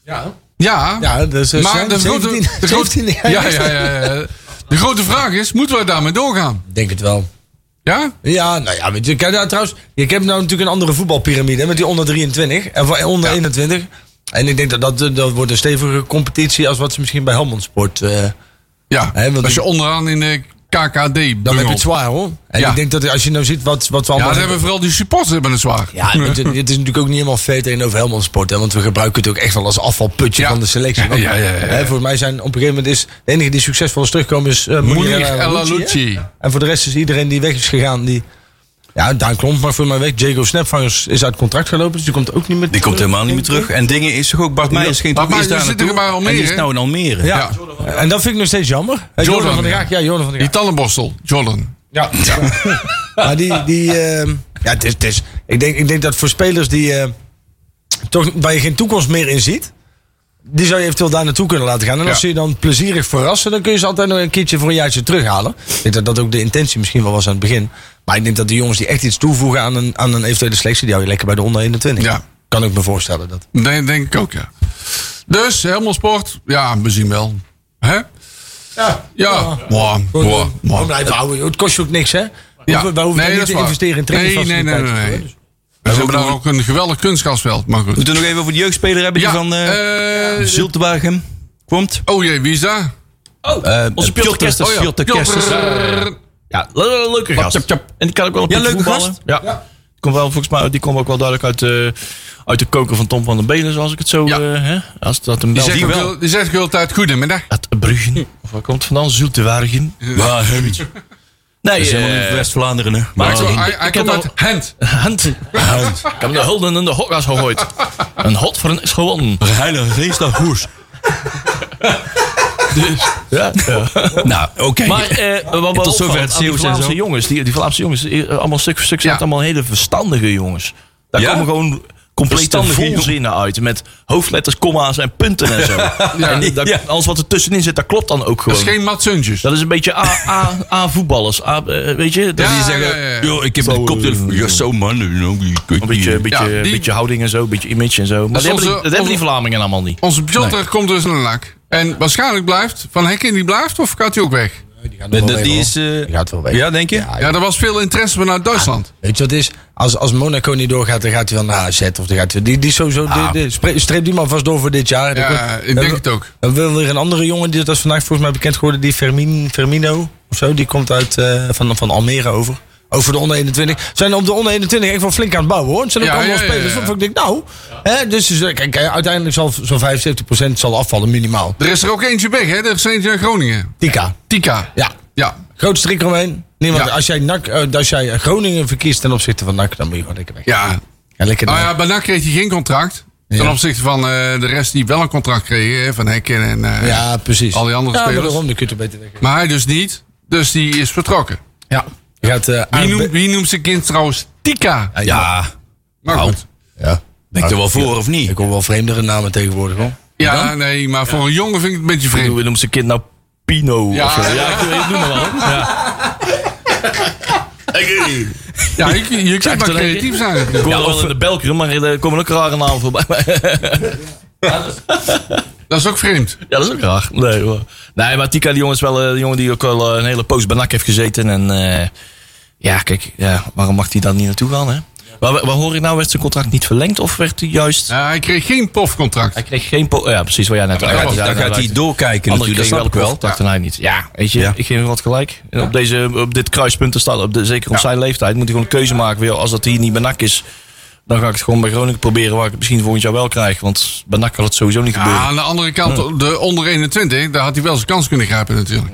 S5: Ja. Ja.
S4: Ja, dus eh,
S5: maar
S4: zijn
S5: de grote,
S4: 17
S5: de grote,
S4: 17
S5: ja, ja, ja, ja. De grote vraag is, moeten we daarmee doorgaan?
S4: Ik Denk het wel.
S5: Ja?
S4: Ja, nou ja, weet je, kijk, nou, trouwens, je hebt nou natuurlijk een andere voetbalpyramide hè, met die onder 23 en voor- en onder 21. En ik denk dat, dat eh, dat wordt een stevige competitie als wat ze misschien bij Helmond Sport. eh,
S5: Ja.
S4: Hè, want
S5: Als je
S4: ik-
S5: onderaan in de KKD
S4: dan heb je het
S5: bungelt.
S4: zwaar hoor. En
S5: Ja.
S4: ik denk dat als je nou ziet wat, wat
S5: Ja,
S4: we allemaal.
S5: dan hebben vooral die supporters hebben het zwaar.
S4: Ja, het, het is natuurlijk ook niet helemaal fair tegenover Helmond Sport. Hè, want we gebruiken het ook echt wel als afvalputje
S5: Ja.
S4: van de selectie.
S5: Ja, ja, ja, ja, ja.
S4: Hè, volgens mij zijn op een gegeven moment is de enige die succesvol is teruggekomen is eh
S5: Munir
S4: Moenier
S5: El Alouchi.
S4: En voor de rest is iedereen die weg is gegaan, die... Ja, Daan Klomp maar voor mijn weg. Jago Snapvangers is uit contract gelopen, dus die komt ook niet meer
S2: Die komt helemaal niet meer terug. En dingen is toch ook... Bart Meijers ging
S5: Bart
S2: toch eerst
S5: Meijers
S2: daar
S5: zit er
S2: naartoe.
S5: maar Almere,
S2: En die is
S5: hè?
S2: nou in Almere.
S4: Ja.
S5: Ja.
S4: En dat vind ik nog steeds jammer. Hè, Jordan,
S5: Jordan,
S4: van der
S5: ja.
S4: Graag. Ja, Jordan van der
S5: Die
S4: Graag.
S5: tandenborstel, Jordan.
S4: Ja. maar die... die ehm, ja, het is... Het is ik, denk, ik denk dat voor spelers die... eh, toch, waar je geen toekomst meer in ziet... Die zou je eventueel daar naartoe kunnen laten gaan. En
S5: Ja.
S4: als ze je dan plezierig verrassen, dan kun je ze altijd nog een keertje voor een jaartje terughalen. Ik denk dat dat ook de intentie misschien wel was aan het begin. Maar ik denk dat die jongens die echt iets toevoegen aan een, aan een eventuele selectie, die hou je lekker bij de onder 21.
S5: Ja.
S4: Kan ik me voorstellen dat.
S5: Denk, denk ik ook, ja. Dus, helemaal sport. Ja, we zien wel. Hè? Ja. Ja. Mwah,
S4: Gewoon,
S5: mwah,
S4: eh,
S5: mwah.
S4: gewoon blijven houden. joh. Het kost je ook niks, hè?
S5: Ja.
S4: we- wij hoeven
S5: Nee, dat
S4: niet
S5: is
S4: te
S5: waar.
S4: investeren in
S5: Nee, nee, nee, nee.
S4: trainingsfaciliteiten,
S5: nee.
S4: hè, dus-
S5: Ze hebben daar ook een geweldig kunstgrasveld. Maar goed.
S2: moeten we nog even over de jeugdspeler
S4: Dus-
S2: hebben die van eh
S5: eh,
S2: Zultenwagen komt.
S5: oh jee, wie is daar?
S2: Eh,
S6: onze Piotr Kesters.
S2: Oh ja, Piotr
S5: Piotr.
S2: Kesters.
S6: Ja, le- le- leuke gast.
S2: tjap, tjap.
S6: En die kan ook wel een
S2: Ja,
S6: beetje
S2: leuke
S6: voetballen.
S2: gast.
S6: Ja. Die komt wel, volgens mij, die komt ook wel duidelijk uit, eh, uit de koker van Tom van den Belen, zoals ik het zo...
S5: Ja.
S6: eh, hè? Als dat hem
S5: Die
S6: wel... Hm.
S5: zegt,
S2: die
S5: ook
S2: wel.
S5: heel- die zegt ook altijd goedemiddag.
S6: Uit Bruggen. Of waar komt het vandaan? Zultewaargen.
S2: Ja, hè, weet je.
S6: Nee,
S2: Dat is helemaal
S6: eh,
S2: niet voor West-Vlaanderen. hè. Maar
S5: Hij
S6: ik-
S5: hij-
S6: ik
S5: hij
S6: heb
S5: komt
S6: al-
S5: uit Hent.
S6: Hand. Ik heb de hulden en de hokkas gegooid. Een hot voor een is gewonnen.
S2: de heilige geest dat hoers.
S6: Ja.
S2: Nou, oké.
S6: Maar eh, wat wel
S2: tot zover het
S6: opvalt aan die
S2: Zeeuws en
S6: Vlaamse
S2: zo.
S6: jongens, die, die Vlaamse jongens, eh, allemaal stuk voor stuk zijn
S5: Ja.
S6: het allemaal hele verstandige jongens. Daar
S2: Ja?
S6: komen gewoon complete
S2: Verstandige jongens.
S6: volzinnen uit. Met hoofdletters, komma's en punten en zo. En dat-
S2: Ja.
S6: alles wat er tussenin zit, dat klopt dan ook
S5: Dat is
S6: gewoon.
S2: Oh.
S5: geen Matsuntjes.
S6: Dat is een beetje A- A- A-voetballers. A, eh, weet je? Dat
S5: Ja,
S6: is
S2: Die
S5: ja, ja, ja.
S2: zeggen, joh, ik heb
S6: Zo,
S2: een koptelefoon.
S6: eh,
S2: Ja, zo man. nou, die kun je
S6: een beetje, een
S2: niet.
S6: beetje,
S5: Ja, die-
S6: beetje houding en zo, een beetje image en zo. Maar dat,
S5: Dus
S6: hebben, die,
S5: onze-
S6: dat hebben die
S5: onze-
S6: Vlamingen allemaal niet.
S5: Onze Piotr komt dus naar de lak. En waarschijnlijk blijft Van Hekken die blijft of gaat hij ook weg?
S2: Dat- dat- Die is... eh,
S4: Die gaat wel weg.
S2: Ja, denk je?
S4: Ja,
S5: Ja, er was veel interesse vanuit Duitsland.
S4: Weet je wat het is? Als, als Monaco niet doorgaat, dan gaat hij wel naar AZ. Of dan gaat hij, die, die is sowieso, die- die- spre- streep die man vast door voor dit jaar. Dan
S5: Ah. Ja,
S4: komt-
S5: ik
S4: dan
S5: denk
S4: wil-
S5: het ook.
S4: Dan wil weer een andere jongen, die, dat is vandaag volgens mij bekend geworden, die Fermin, Fermino of zo. Die komt uit eh, van, van Almere over. Over de onder 21. Zijn op de onder 21 echt wel flink aan het bouwen hoor. Het Zijn ook
S5: Ja,
S4: allemaal
S5: ja, ja,
S4: spelers.
S5: ja.
S4: waarvan Ik denk, nou. Hè, dus is, eh, kijk, eh, uiteindelijk zal zo'n 75% zal afvallen, minimaal.
S5: Er is er ook eentje weg, hè? Er is eentje uit Groningen.
S4: Tika.
S5: Tika.
S4: Ja.
S5: Ja.
S4: Groot strik omheen. Niemand,
S5: Ja.
S4: als, jij NAC, eh, als jij Groningen verkiest ten opzichte van NAC, dan moet je gewoon lekker weg.
S5: Ja.
S4: Ja, lekker
S5: Nou
S4: naar-
S5: ja, bij NAC kreeg hij geen contract. Ten
S4: Ja.
S5: opzichte van eh, de rest die wel een contract kregen. hè, Van Hekken en eh,
S4: Ja, precies.
S5: al die andere
S4: ja,
S5: spelers.
S4: Nou, daarom, dan kun je het beter weggeven.
S5: Maar hij dus niet. Dus die is vertrokken.
S4: Ja. Je gaat eh
S5: Wie
S4: aan-
S5: noemt, wie noemt zijn kind trouwens Tika?
S2: Ja,
S5: Maar goed.
S4: Ja.
S2: ben ik er wel voor of niet?
S4: Ik hoor wel vreemdere namen tegenwoordig, hoor.
S5: Ja, nee, maar voor een jongen vind ik het een beetje
S6: Hoe
S5: vreemd.
S6: noemt zijn kind nou Pino?
S5: Ja.
S6: of zo? ja ik, ik noem maar wel. Ja.
S5: Ja, je, je kunt maar
S6: het wel
S5: creatief
S6: een-
S5: zijn.
S6: Ik
S5: natuurlijk.
S6: hoor wel in de Belkeren, maar er komen ook rare namen voorbij.
S5: Dat is ook vreemd.
S6: Ja, dat is ook raar. Nee, hoor. nee maar Tika die jongen is wel eh, de jongen die ook al eh, een hele poos bij NAC heeft gezeten. En eh, ja, kijk, ja, waarom mag hij dan niet naartoe gaan, hè? Maar wa- waar hoor ik nou? Werd zijn contract niet verlengd of werd hij juist...
S5: Ja, hij kreeg geen profcontract.
S6: Hij kreeg geen... po- ja, precies wat jij net
S2: Dan gaat hij- dan gaat hij doorkijken
S6: Andere
S2: natuurlijk, dat
S6: kreeg
S2: snap
S6: wel een
S2: ik wel.
S6: contract en hij niet. Ja, weet je,
S2: Ja.
S6: ik geef hem wat gelijk. En Op, deze, op dit kruispunt te staan, op de, zeker op zijn leeftijd, moet hij gewoon een keuze maken. Wil, Als dat hier niet bij NAC is, dan ga ik het gewoon bij Groningen proberen... waar ik het misschien volgend jaar wel krijg. Want bij NAC kan het sowieso niet gebeuren.
S5: Ja, aan de andere kant, de onder 21, daar had hij wel zijn kans kunnen grijpen natuurlijk.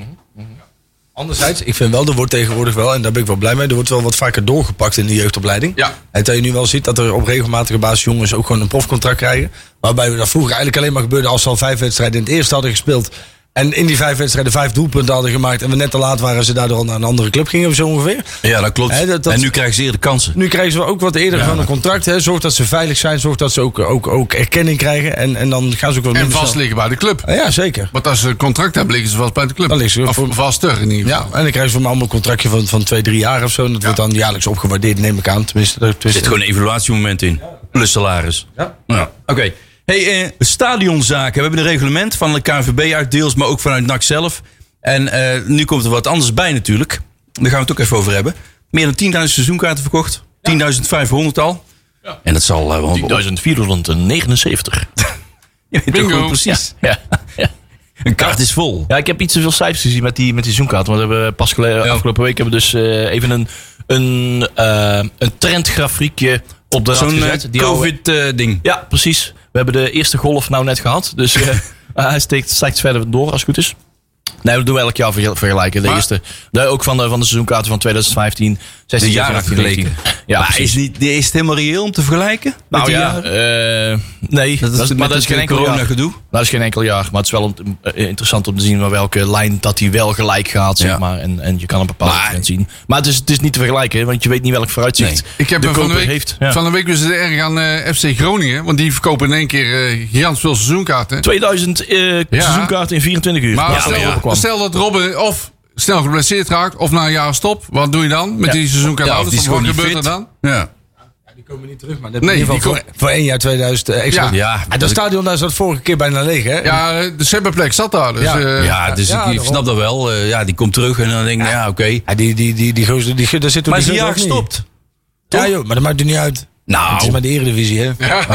S4: Anderzijds, ik vind wel, er wordt tegenwoordig wel, en daar ben ik wel blij mee, er wordt wel wat vaker doorgepakt in de jeugdopleiding.
S5: Ja.
S4: En dat je nu wel ziet dat er op regelmatige basis jongens ook gewoon een profcontract krijgen. Waarbij we dat vroeger eigenlijk alleen maar gebeurde als ze al vijf wedstrijden in het eerste hadden gespeeld. En in die vijf wedstrijden vijf doelpunten hadden gemaakt. En we net te laat waren en ze daardoor al naar een andere club gingen, of zo ongeveer.
S2: Ja, dat klopt.
S4: Hè, dat- dat-
S2: En nu krijgen ze eerder kansen.
S4: Nu krijgen ze ook wat eerder van een contract. Hè. Zorg dat ze veilig zijn, zorg dat ze ook, ook, ook erkenning krijgen. En, en dan gaan ze ook wel
S5: En
S4: minder snel-
S5: vast liggen bij de club.
S4: Ja, zeker.
S5: Want als ze een contract hebben, liggen ze vast bij de club.
S4: Dan liggen ze
S5: of
S4: voor-
S5: vaster in ieder
S4: Ja,
S5: geval.
S4: en dan krijgen ze voor mij een contractje van, van twee, drie jaar of zo. En dat wordt dan jaarlijks opgewaardeerd, neem ik aan. Tenminste, dat-
S2: Er zit
S4: tenminste.
S2: gewoon een evaluatiemoment in. Plus salaris. Ja. Oké. Hey, eh, stadionzaken. We hebben een reglement van de KNVB uit deels, maar ook vanuit NAC zelf. En eh, nu komt er wat anders bij natuurlijk. Daar gaan we het ook even over hebben. Meer dan 10.000 seizoenkaarten verkocht. 10.500 al. En dat zal eh, wel...
S6: 1479.
S2: Je weet toch
S5: Bingo.
S2: gewoon precies.
S6: Ja.
S2: Een kaart is vol.
S6: ja, ik heb iets te veel cijfers gezien met die, met die Zoomkaart. Want we hebben pas gele- afgelopen week hebben we dus eh, even een, een, eh, een trendgrafiekje op de rand
S2: Zo'n eh,
S6: gezet. Die houden-
S2: COVID-ding.
S6: Ja, precies. We hebben de eerste golf nou net gehad. Dus eh, hij steekt, stijgt verder door als het goed is. Nee, dat doen we elk jaar verge- vergelijken. De
S5: Maar-
S6: eerste. De, ook van de, van de seizoenkaarten van 2015, 16,
S2: De jaren
S6: 17, 18,
S2: vergeleken.
S6: 19. Ja,
S2: maar is,
S6: precies.
S2: niet, is het helemaal reëel om te vergelijken? Met
S6: Nou
S2: die
S6: ja,
S2: jaren?
S6: eh, nee,
S2: Dat is,
S6: dat is, maar dat is geen enkel
S2: corona
S6: jaar.
S2: gedoe.
S6: Dat is geen enkel jaar, maar Nou, het is wel een- eh, interessant om te zien waar welke lijn dat hij wel gelijk gaat, zeg
S2: Ja.
S6: maar. En, en je kan een bepaalde
S2: Maar-
S6: trend zien. Maar het is, het is niet te vergelijken, hè, want je weet niet welk vooruitzicht
S5: Ik heb
S6: de
S5: hem van de
S6: koper
S5: week,
S6: heeft. Ja.
S5: van de week was het erg aan eh, FC Groningen. Want die verkopen in één keer eh gigantisch veel seizoenkaarten.
S6: 2000 eh seizoenkaarten in 24 uur.
S5: Maar
S6: Ja,
S5: stel,
S6: maar ja.
S5: stel dat Robben of snel geblesseerd raakt of na een jaar stop. Wat doe je dan met
S6: Ja.
S5: die seizoenkaart?
S2: Ja, of die is
S5: wat
S2: gewoon
S5: gebeurt
S2: niet
S5: er dan? Ja.
S4: komen niet terug, maar
S5: Nee,
S4: nee, in ieder
S5: die
S4: geval voor, voor één jaar 2000 eh, extra.
S5: Ja.
S2: Ja.
S4: En dat stadion daar zat vorige keer bijna leeg, hè?
S5: Ja, eh, de Sebbeplek zat daar. Dus,
S4: Ja.
S5: eh,
S2: Ja, dus
S4: Ja,
S2: ik, ik
S4: daarom.
S2: snap dat wel. Eh, ja, die komt terug en dan denk ik, ja, oké.
S4: Ja, die, die, die, die gozer, die, daar zit toch
S2: Maar is
S4: die
S2: hij
S4: gozer
S2: jaar
S4: ook niet?
S2: gestopt?
S4: Ja, joh, maar dat maakt er niet uit. Het is
S2: Nou,
S4: maar de eredivisie, hè? Ja,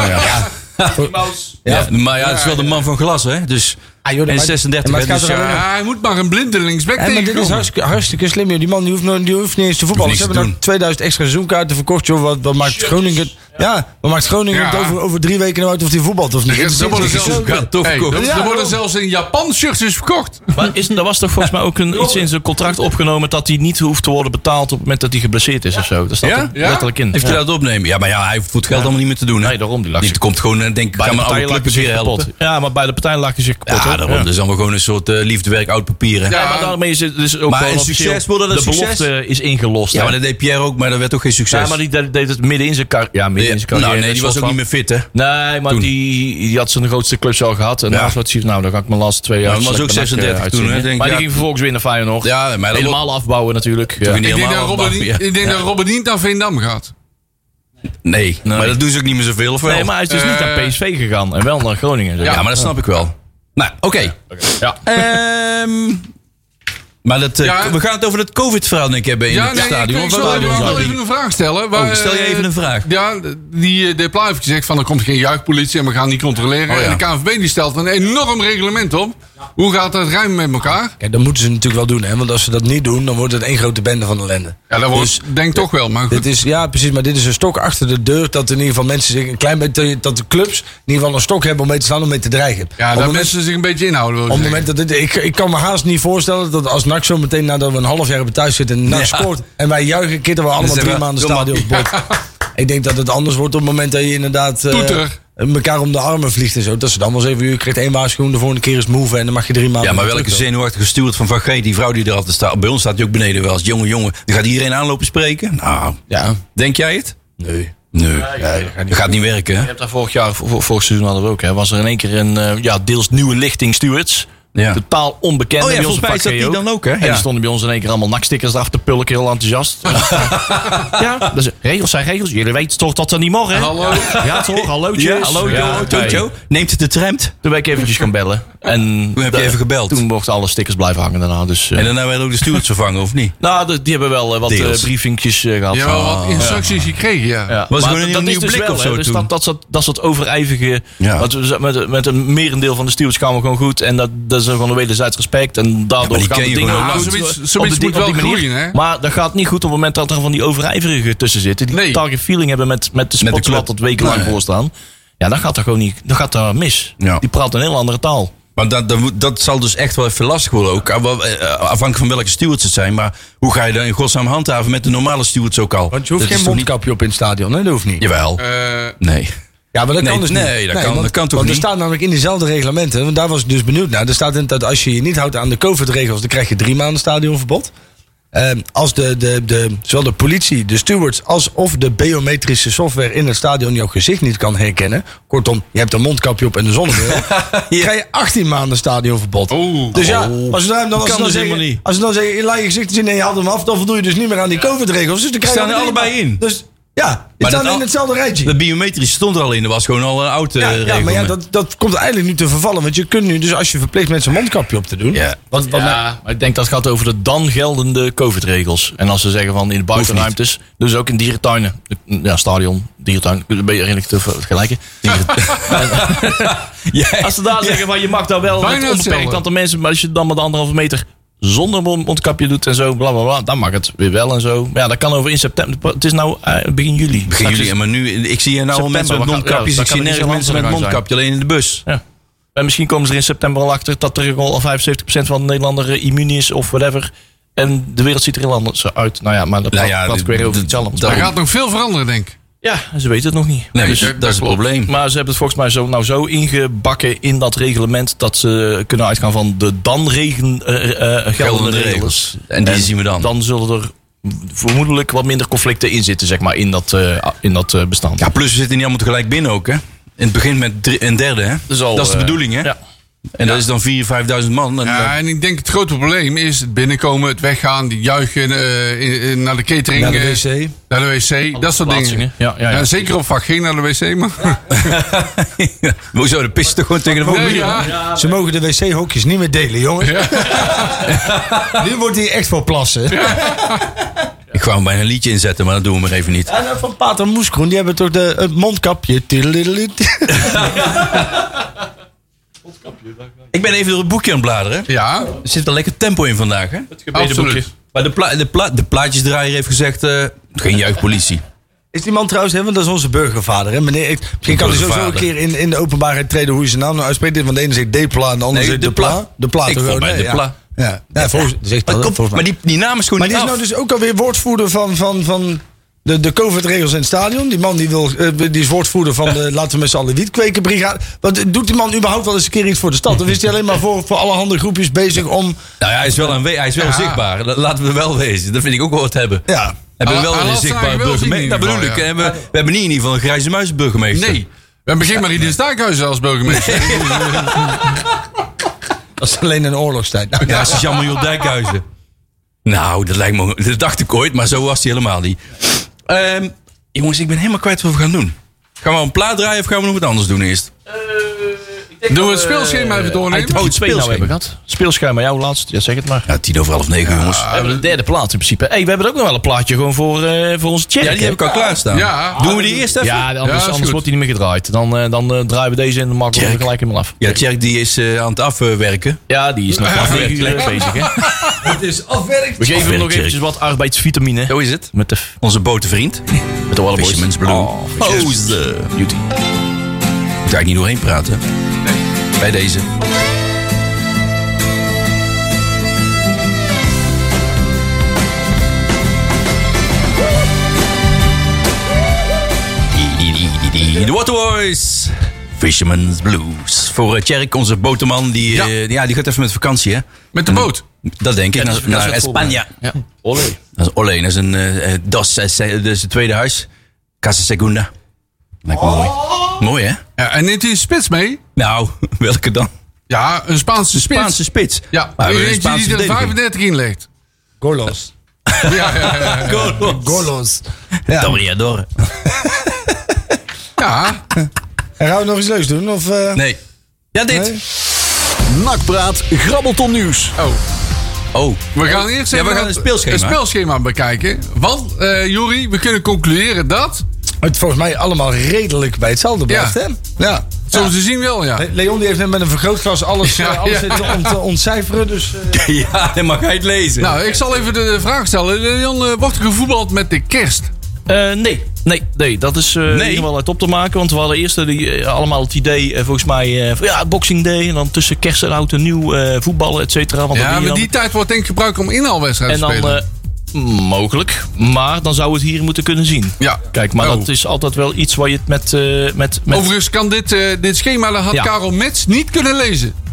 S2: ja, maar ja, het is wel de man van glas, hè? Dus,
S4: Ah, joh, dat
S2: en
S4: maakt-
S2: 36,
S4: maar
S2: hè?
S4: het gaat
S2: Dus
S4: er alleen
S2: ja,
S5: ja, hij moet maar een blinde linksback
S4: Hé, maar dit is
S5: tegenkomen.
S4: hartstikke, hartstikke slim, joh. Die man die hoeft, no- die hoeft niet eens te voetballen.
S2: niks
S4: Ze
S2: te
S4: hebben nog
S2: doen.
S4: 2000 extra seizoenkaarten verkocht, joh. Wat, wat maakt Groningen... Ja, wat maakt Groningen
S5: Ja.
S4: het over, over deigen drie weken nou uit of die voetbalt of niet?
S5: Er
S4: Dat
S5: worden
S4: is-
S5: zelfs-
S4: dat is-
S2: gaat toch
S5: Hey,
S2: verkocht.
S5: er-
S4: Ja,
S5: er worden
S4: daarom.
S5: zelfs in Japan shirtjes verkocht.
S6: Maar is, er was toch volgens mij ook een, iets in zijn contract opgenomen dat hij niet hoeft te worden betaald op het moment dat hij geblesseerd is of zo. Dat staat
S5: Ja?
S6: er
S5: Ja?
S6: letterlijk in.
S2: Heeft
S6: Ja.
S2: hij dat opnemen? Hm. Ja, maar ja, hij voelt geld allemaal niet meer te doen, hè?
S6: Nee, daarom, die lag
S2: Die
S6: zich-
S2: komt gewoon en denk ik, ga
S6: Bij de
S2: maar alle
S6: partij lag hij
S2: clubjes
S6: zich
S2: weer
S6: kapot.
S2: helpen.
S6: Ja, maar bij de partij lag hij zich kapot.
S2: Ja,
S6: hè?
S2: daarom. Dat is allemaal gewoon een soort eh, liefdewerk oud papier, hè?
S5: Ja.
S6: Ja, maar daarmee is het dus ook
S2: Maar
S6: wel
S2: een
S6: officieel-
S2: succes, wordt dat een
S6: De
S2: succes?
S6: belofte is ingelost.
S2: Ja,
S6: hè?
S2: maar dat deed Pierre ook, maar dat werd ook geen succes.
S6: Ja, maar die deed deed het midden in zijn carrière. Ja, midden in zijn carrière.
S2: nou, nee, die was ook niet meer fit, hè?
S6: Nee, maar
S2: Toen.
S6: die, die had zijn grootste clubs al gehad. En
S2: Ja.
S6: daarnaast had hij nou, dan ga ik mijn laatste twee jaar...
S2: Ja, maar was
S6: slecht
S2: ook
S6: bij NAC, eh,
S2: 36
S6: uitzien,
S2: toen, hè, denk ik,
S6: Maar die
S2: ja.
S6: ging vervolgens weer naar Feyenoord.
S2: Ja, maar dat
S6: Helemaal afbouwen natuurlijk. Ja.
S2: Toen
S5: Ik denk dat
S2: helemaal
S5: Robert,
S2: afbouwen,
S5: niet-
S2: ja.
S5: ik denk dat Robert niet naar Veendam gaat.
S2: Nee, maar dat doen ze ook niet meer zoveel, of wel?
S6: Nee, maar hij is dus niet
S5: Eh.
S6: naar PSV gegaan. En wel naar Groningen. zeg
S2: Ja,
S6: maar.
S2: maar dat snap ik wel. Nou, oké.
S6: Ja.
S2: Ehm, maar dat, eh,
S5: Ja.
S2: we gaan het over het covid-verhaal denk ik hebben in het
S5: ik,
S2: stadion.
S5: ik
S2: Wat
S5: zal
S2: waren
S5: even,
S2: die-
S5: wel even een vraag stellen.
S2: Oh,
S5: Waar,
S2: stel je
S5: eh,
S2: even een vraag.
S5: Ja, die, eh, de Pla heeft gezegd van er komt geen juichpolitie en we gaan niet controleren.
S2: Oh, ja.
S5: En de KNVB die stelt een enorm reglement op. Hoe gaat dat rijmen met elkaar?
S4: Kijk, dat moeten ze natuurlijk wel doen, hè? Want als ze dat niet doen, dan wordt het één grote bende van ellende.
S5: Ja, dat wordt,
S4: Dus-
S5: denk toch wel. Maar goed.
S4: Dit is, ja, precies, maar dit is een stok achter de deur. Dat in ieder geval mensen zich een klein beetje. dat de clubs in ieder geval een stok hebben om mee te staan, om mee te dreigen.
S5: ja,
S4: op
S5: daar
S4: het moment,
S5: mensen zich een beetje inhouden. wil
S4: op
S5: ik
S4: het
S5: zeggen.
S4: moment dat dit, ik, ik kan me haast niet voorstellen dat als NAC zo meteen nadat we een half jaar hebben thuis zitten. en NAC
S2: Ja.
S4: scoort. en wij juichen, kitten we allemaal
S2: Dan
S4: drie
S2: zeggen we,
S4: maanden stadion op het bord. Ik denk dat het anders wordt op het moment dat je inderdaad. eh,
S5: Toeter.
S4: elkaar om de armen vliegt en zo. Dat ze dan wel eens even. je krijgt één waarschuwing, de volgende keer is move en dan mag je drie maanden.
S2: Ja, maar
S4: weer
S2: welke
S4: terugkomen.
S2: zenuwachtige stuurt van Van G, die vrouw die er altijd staat. Bij ons staat die ook beneden wel eens. Jongen, jongen, die gaat iedereen aanlopen spreken. Nou,
S4: Ja,
S2: denk jij het?
S4: nee.
S2: Nee, dat gaat niet werken, hè?
S6: Je hebt daar vorig jaar, vor- vor- vorig seizoen hadden we ook, hè, was er in één keer een eh, ja, deels nieuwe lichting stewards.
S2: Ja.
S6: Totaal onbekend.
S2: Oh ja,
S6: bij ons
S2: volgens mij
S6: op
S2: is dat
S6: vak G
S2: die dan ook, hè?
S6: En
S2: Ja.
S6: die stonden bij ons in één keer allemaal nakstickers af te pulken, heel enthousiast. ja, dus regels zijn regels. Jullie weten toch dat dat niet mag, hè?
S5: Hallo?
S6: Ja, toch? Hallootje.
S2: Yes.
S6: Hallootje.
S2: Ja,
S6: Oké.
S2: Tootjo, Neemt het de tram?
S6: Toen ben ik eventjes gaan bellen. En
S2: Toen heb je
S6: da-
S2: even gebeld.
S6: Toen mochten alle stickers blijven hangen daarna. Dus, eh,
S2: En daarna werden ook de stewards vervangen, of niet?
S6: nou, de- die hebben wel eh, wat
S2: Deels.
S6: eh briefingjes eh, gehad.
S5: Ja, wel wat instructies gekregen, ja.
S6: Ja,
S2: Was
S6: maar
S2: gewoon een
S6: dat
S2: nieuw
S6: is dus
S2: blik
S6: wel,
S2: of
S6: hè,
S2: zo
S6: dus
S2: toen.
S6: Dat, dat, soort- dat soort overijvige.
S2: Ja.
S6: Want we zijn met, met een merendeel van de stewards gaan we gewoon goed. En dat, dat is gewoon een wederzijds respect. En daardoor
S2: die
S6: gaan
S2: ken
S6: de
S2: je
S6: dingen
S2: gewoon.
S6: ook
S5: Ah,
S6: goed.
S5: zoiets-
S6: Op de
S5: zoiets
S6: di-
S5: moet
S6: op
S5: wel
S6: die manier.
S5: groeien, hè?
S6: Maar dat gaat niet goed op het moment dat er van die overijverigen tussen zitten. Die
S5: Nee.
S6: target feeling hebben met, met de
S2: de
S6: spots die
S2: club.
S6: altijd wekenlang
S2: Nee.
S6: voor staan. Ja, dan gaat dat gewoon niet. Dan gaat dat mis.
S2: Ja.
S6: Die praat een heel andere taal.
S2: Maar dat, dat, moet- dat zal dus echt wel even lastig worden ook. Ah, wel, eh, Afhankelijk van welke stewards het zijn. Maar hoe ga je dan in godsnaam handhaven met de normale stewards ook al?
S4: Want je hoeft
S2: Dat is
S4: geen
S2: toch niet-
S4: mondkapje op in het stadion, hè? Dat hoeft niet.
S2: Jawel.
S5: Eh,
S2: nee.
S4: Ja, maar dat
S2: Nee,
S4: kan dus niet.
S2: nee, dat kan-
S4: want,
S2: dat kan toch
S4: want
S2: niet?
S4: er staat namelijk in diezelfde reglementen, want daar was ik dus benieuwd naar. Er staat in dat als je je niet houdt aan de COVID-regels, dan krijg je drie maanden stadionverbod. Ehm, als de, de, de, zowel de politie, de stewards, als of de biometrische software in het stadion jouw gezicht niet kan herkennen. Kortom, je hebt een mondkapje op en een zonnebril. krijg je 18 maanden stadionverbod.
S5: Oeh.
S4: Dus ja, als ze dan, als
S2: Oh. Kan
S4: ze dan
S2: dus helemaal
S4: zeggen,
S2: niet.
S4: als ze dan zeggen, je laat je gezicht zien en je haalt hem af, dan voldoe je dus niet meer aan die COVID-regels. Dus dan krijg je
S2: Staan er
S4: dan drie
S2: allebei
S4: maanden.
S2: in?
S4: Dus ja, die
S2: dat
S4: staan
S2: al-
S4: in hetzelfde rijtje.
S2: De biometrische stond er al in. Dat was gewoon al een oud eh,
S4: Ja, ja, maar ja,
S2: reglement.
S4: dat, dat komt eigenlijk nu te vervallen. Want je kunt nu dus als je verplicht met zijn mondkapje op te doen.
S2: Ja.
S4: Wat, wat mij-
S6: Ja, maar ik denk dat het gaat over de dan geldende COVID-regels. En als ze zeggen van in de buitenruimtes, dus ook in dierentuinen. Ja, stadion, dierentuin, ben je redelijk te vergelijken.
S2: Jij-
S6: Als ze daar zeggen van je mag daar wel
S5: Bijna
S6: met een onbeperkt
S5: hetzelfde.
S6: aantal mensen, maar als je het dan met anderhalve meter zonder mond- mondkapje doet en zo, bla bla bla, dan mag het weer wel en zo. Maar ja, dat kan over in september. Het is nou eh, begin juli.
S2: Begin
S6: Straks
S2: jullie,
S6: is-
S2: maar nu, ik zie hier nou al
S6: September,
S2: mensen met
S6: we gaan-
S2: mondkapjes.
S6: ja,
S2: ik
S6: dat
S2: zie
S6: kan er
S2: nergens
S6: niet
S2: mensen met
S6: zoveel aan
S2: mondkapje, alleen in de bus.
S6: Ja. En misschien komen ze er in september al achter dat er al 75% van de Nederlander eh, immuun is of whatever. En de wereld ziet er heel anders uit. Nou ja, maar dat
S2: Nou
S6: praat,
S2: ja,
S6: praat ik
S2: dit-
S6: weer over
S2: dit-
S6: hetzelfde.
S5: daar
S2: daarom.
S5: gaat nog veel veranderen, denk ik.
S6: Ja, ze weten het nog niet.
S2: Nee,
S6: Dus-
S2: dus dat is het probleem.
S6: maar ze hebben het volgens mij zo, nou zo ingebakken in dat reglement dat ze kunnen uitgaan van de dan regen, eh, eh, geldende,
S2: Geldende
S6: regels.
S2: regels. En die zien we dan.
S6: Dan zullen er vermoedelijk wat minder conflicten in zitten, zeg maar, in dat, eh, in dat eh, bestaan.
S2: Ja, plus we zitten niet allemaal tegelijk binnen ook, hè? In het begin met drie- een derde, hè?
S6: al,
S2: dat is de
S6: eh,
S2: bedoeling, hè?
S6: Ja.
S2: En dat is dan 4.000, 5.000 man. En,
S5: Ja,
S2: eh,
S5: en ik denk het grote probleem is het binnenkomen, het weggaan, die juichen eh, in- in- naar de catering.
S4: Naar de
S5: eh,
S4: wc.
S5: naar de wc, dat soort dingen.
S6: verplaatsingen. Ja, ja, ja.
S5: zeker op vak ging naar de wc, maar...
S2: Hoezo, de pissen toch gewoon tegen de
S5: Nee,
S2: muur?
S5: ja.
S4: Ze mogen de wc-hokjes niet meer delen, jongens. nu wordt hij echt voor plassen.
S2: Ik wou hem bijna een liedje inzetten, maar dat doen we maar even niet.
S4: En eh, van Pater Moeskroen, die hebben toch de, het mondkapje. Tiddelidelit.
S2: Ik ben even door het boekje aan het bladeren.
S5: Ja,
S2: Er zit wel lekker tempo in vandaag, hè?
S5: absoluut.
S2: Maar de, pla de, pla de plaatjesdraaier heeft gezegd, eh, geen juichpolitie.
S4: Is die man trouwens, hè, want dat is onze burgervader. Hè? Meneer, ik, misschien kan hij sowieso een
S2: Burgervader.
S4: keer in, in de openbaarheid treden hoe hij zijn naam nou uitspreekt. Want de ene zegt Depla en de ander
S2: Nee,
S4: zegt
S2: De
S4: De Pla.
S2: Pla.
S4: De Pla
S2: Ik
S4: toch
S2: vond
S4: ook?
S2: bij
S4: Nee,
S2: De Pla.
S4: Ja, ja. ja, volgens, zegt
S2: Maar,
S4: dat,
S2: kom,
S4: volgens
S2: maar
S4: mij.
S2: die, die naam is gewoon
S4: Maar
S2: niet
S4: die is
S2: af.
S4: nou dus ook alweer woordvoerder van, van, van de, de COVID-regels in het stadion. Die man die, wil, eh, die is woordvoerder van de Laten we met z'n allen wiet kweken brigade. Wat eh, doet die man überhaupt wel eens een keer iets voor de stad? Of is hij alleen maar voor, voor allerhande groepjes bezig om.
S2: Nou ja, hij is wel, aanwe- hij is wel
S5: Ja.
S2: zichtbaar. Dat laten we wel wezen. Dat vind ik ook wel wat hebben.
S4: Ja.
S2: Hebben
S5: Hij-
S2: we
S5: hij
S2: wel een
S5: laat zijn
S2: zichtbare
S5: eigen wel zien in ieder
S2: burgemeester? Dat bedoel
S5: geval, ja.
S2: ik. hè. We, we hebben niet in ieder geval een grijze muizenburgemeester.
S5: Nee. We begin maar in Staakhuizen als burgemeester.
S4: Dat is alleen in oorlogstijd. Nou,
S2: Ja, ze is Jan Miljoen Dijkhuizen. Nou, dat lijkt me. Dat dacht ik ooit, maar zo was hij helemaal niet. Ehm, jongens, ik ben helemaal kwijt wat we gaan doen. Gaan we een plaat draaien of gaan we nog wat anders doen eerst?
S5: Doen we het speelschema even doornemen?
S2: Oh,
S6: Oh,
S2: het
S6: het twee nou
S2: speelschema.
S6: hebben gehad. Speelschema, jouw laatst. Ja, zeg het maar.
S2: Ja, tien over half negen, jongens.
S6: We hebben de derde plaat in principe. Hey, we hebben ook nog wel een plaatje gewoon voor, eh, voor onze check.
S2: Ja, die heb ik al klaarstaan.
S5: Ja.
S2: Doen we die eerst even?
S6: Ja,
S5: Ja,
S6: anders,
S5: is goed.
S6: anders wordt hij niet meer gedraaid. Dan, eh, dan eh, draaien we deze en dan maken we hem
S2: Check.
S6: gelijk helemaal af.
S2: Ja, Tjerk die is eh, aan het afwerken.
S6: Ja, die is nog maar
S2: Afwerkt,
S6: negen uur
S2: lekker.
S6: bezig. Hè?
S2: Het is afwerkt.
S6: We geven hem nog eventjes wat arbeidsvitamine.
S2: Zo is het.
S6: Met de,
S2: Onze botenvriend.
S6: met de Wallaboys.
S2: Fisherman's Blue.
S6: Oh, Fisherman's
S2: Oze.
S6: Beauty.
S2: Ik ga ik niet doorheen praten. Bij deze. De Waterboys. Fisherman's Blues. Voor eh, Tjerk, onze boterman, die,
S5: Ja.
S2: eh, ja, die gaat even met vakantie, hè?
S5: Met de boot.
S2: Dat denk ik, naar, naar Spanje.
S6: Ja. Olé.
S2: Dat is Olé, dat is een eh, eh, dos, eh, se- dat is het tweede huis. Casa Segunda. Lijkt me mooi. Mooi, hè?
S5: Ja, en neemt hij een spits mee?
S2: Nou, welke dan?
S5: Ja, een Spaanse spits.
S2: Spaanse spits.
S5: Ja,
S2: maar we hebben
S5: ik
S2: een
S5: zie
S2: Spaanse
S5: die er
S2: verdediging.
S5: 35 in legt.
S4: Golos.
S5: Ja, ja, ja, ja.
S4: Golos. Ja.
S2: Toriador.
S5: ja.
S4: En gaan we nog iets leuks doen? Of, eh,
S2: Nee. Ja, dit.
S4: nee?
S3: Nakpraat, grabbelton nieuws.
S5: Oh,
S2: Oh.
S5: we gaan eerst
S2: Ja,
S5: even
S2: we gaan
S5: dat-
S2: het speelschema.
S5: het speelschema bekijken. Want, eh Juri, we kunnen concluderen dat...
S4: Het volgens mij allemaal redelijk bij hetzelfde blijft,
S5: Ja.
S4: hè? Ja.
S5: Zo te zien wel, ja.
S4: Le- Leon die heeft net met een vergrootglas alles, eh,
S5: Ja,
S4: alles
S5: ja.
S4: zitten om te ontcijferen. Dus, eh,
S2: ja, dan Ah, mag hij het lezen.
S5: Nou, ik zal even de vraag stellen. Jan, eh, wordt er gevoetbald met de kerst?
S6: Eh, nee. Nee, nee, dat is eh in ieder geval uit op te maken. Want we hadden eerst eh, die, eh, allemaal het idee, eh, volgens mij, eh, van, ja, Boxing Day. En dan tussen kerst en oud en nieuw eh, voetballen, et cetera. Want dan
S5: Ja,
S6: ben je
S5: maar
S6: dan-
S5: die tijd wordt denk ik gebruikt om inhaalwedstrijden
S6: En
S5: te
S6: dan
S5: spelen.
S6: eh, mogelijk, maar dan zou het hier moeten kunnen zien.
S5: Ja.
S6: Kijk, maar
S5: Oh.
S6: dat is altijd wel iets waar je het met. eh, met, met
S5: Overigens kan dit, eh, dit schema, dat had
S6: Ja.
S5: Karel Mets niet kunnen lezen.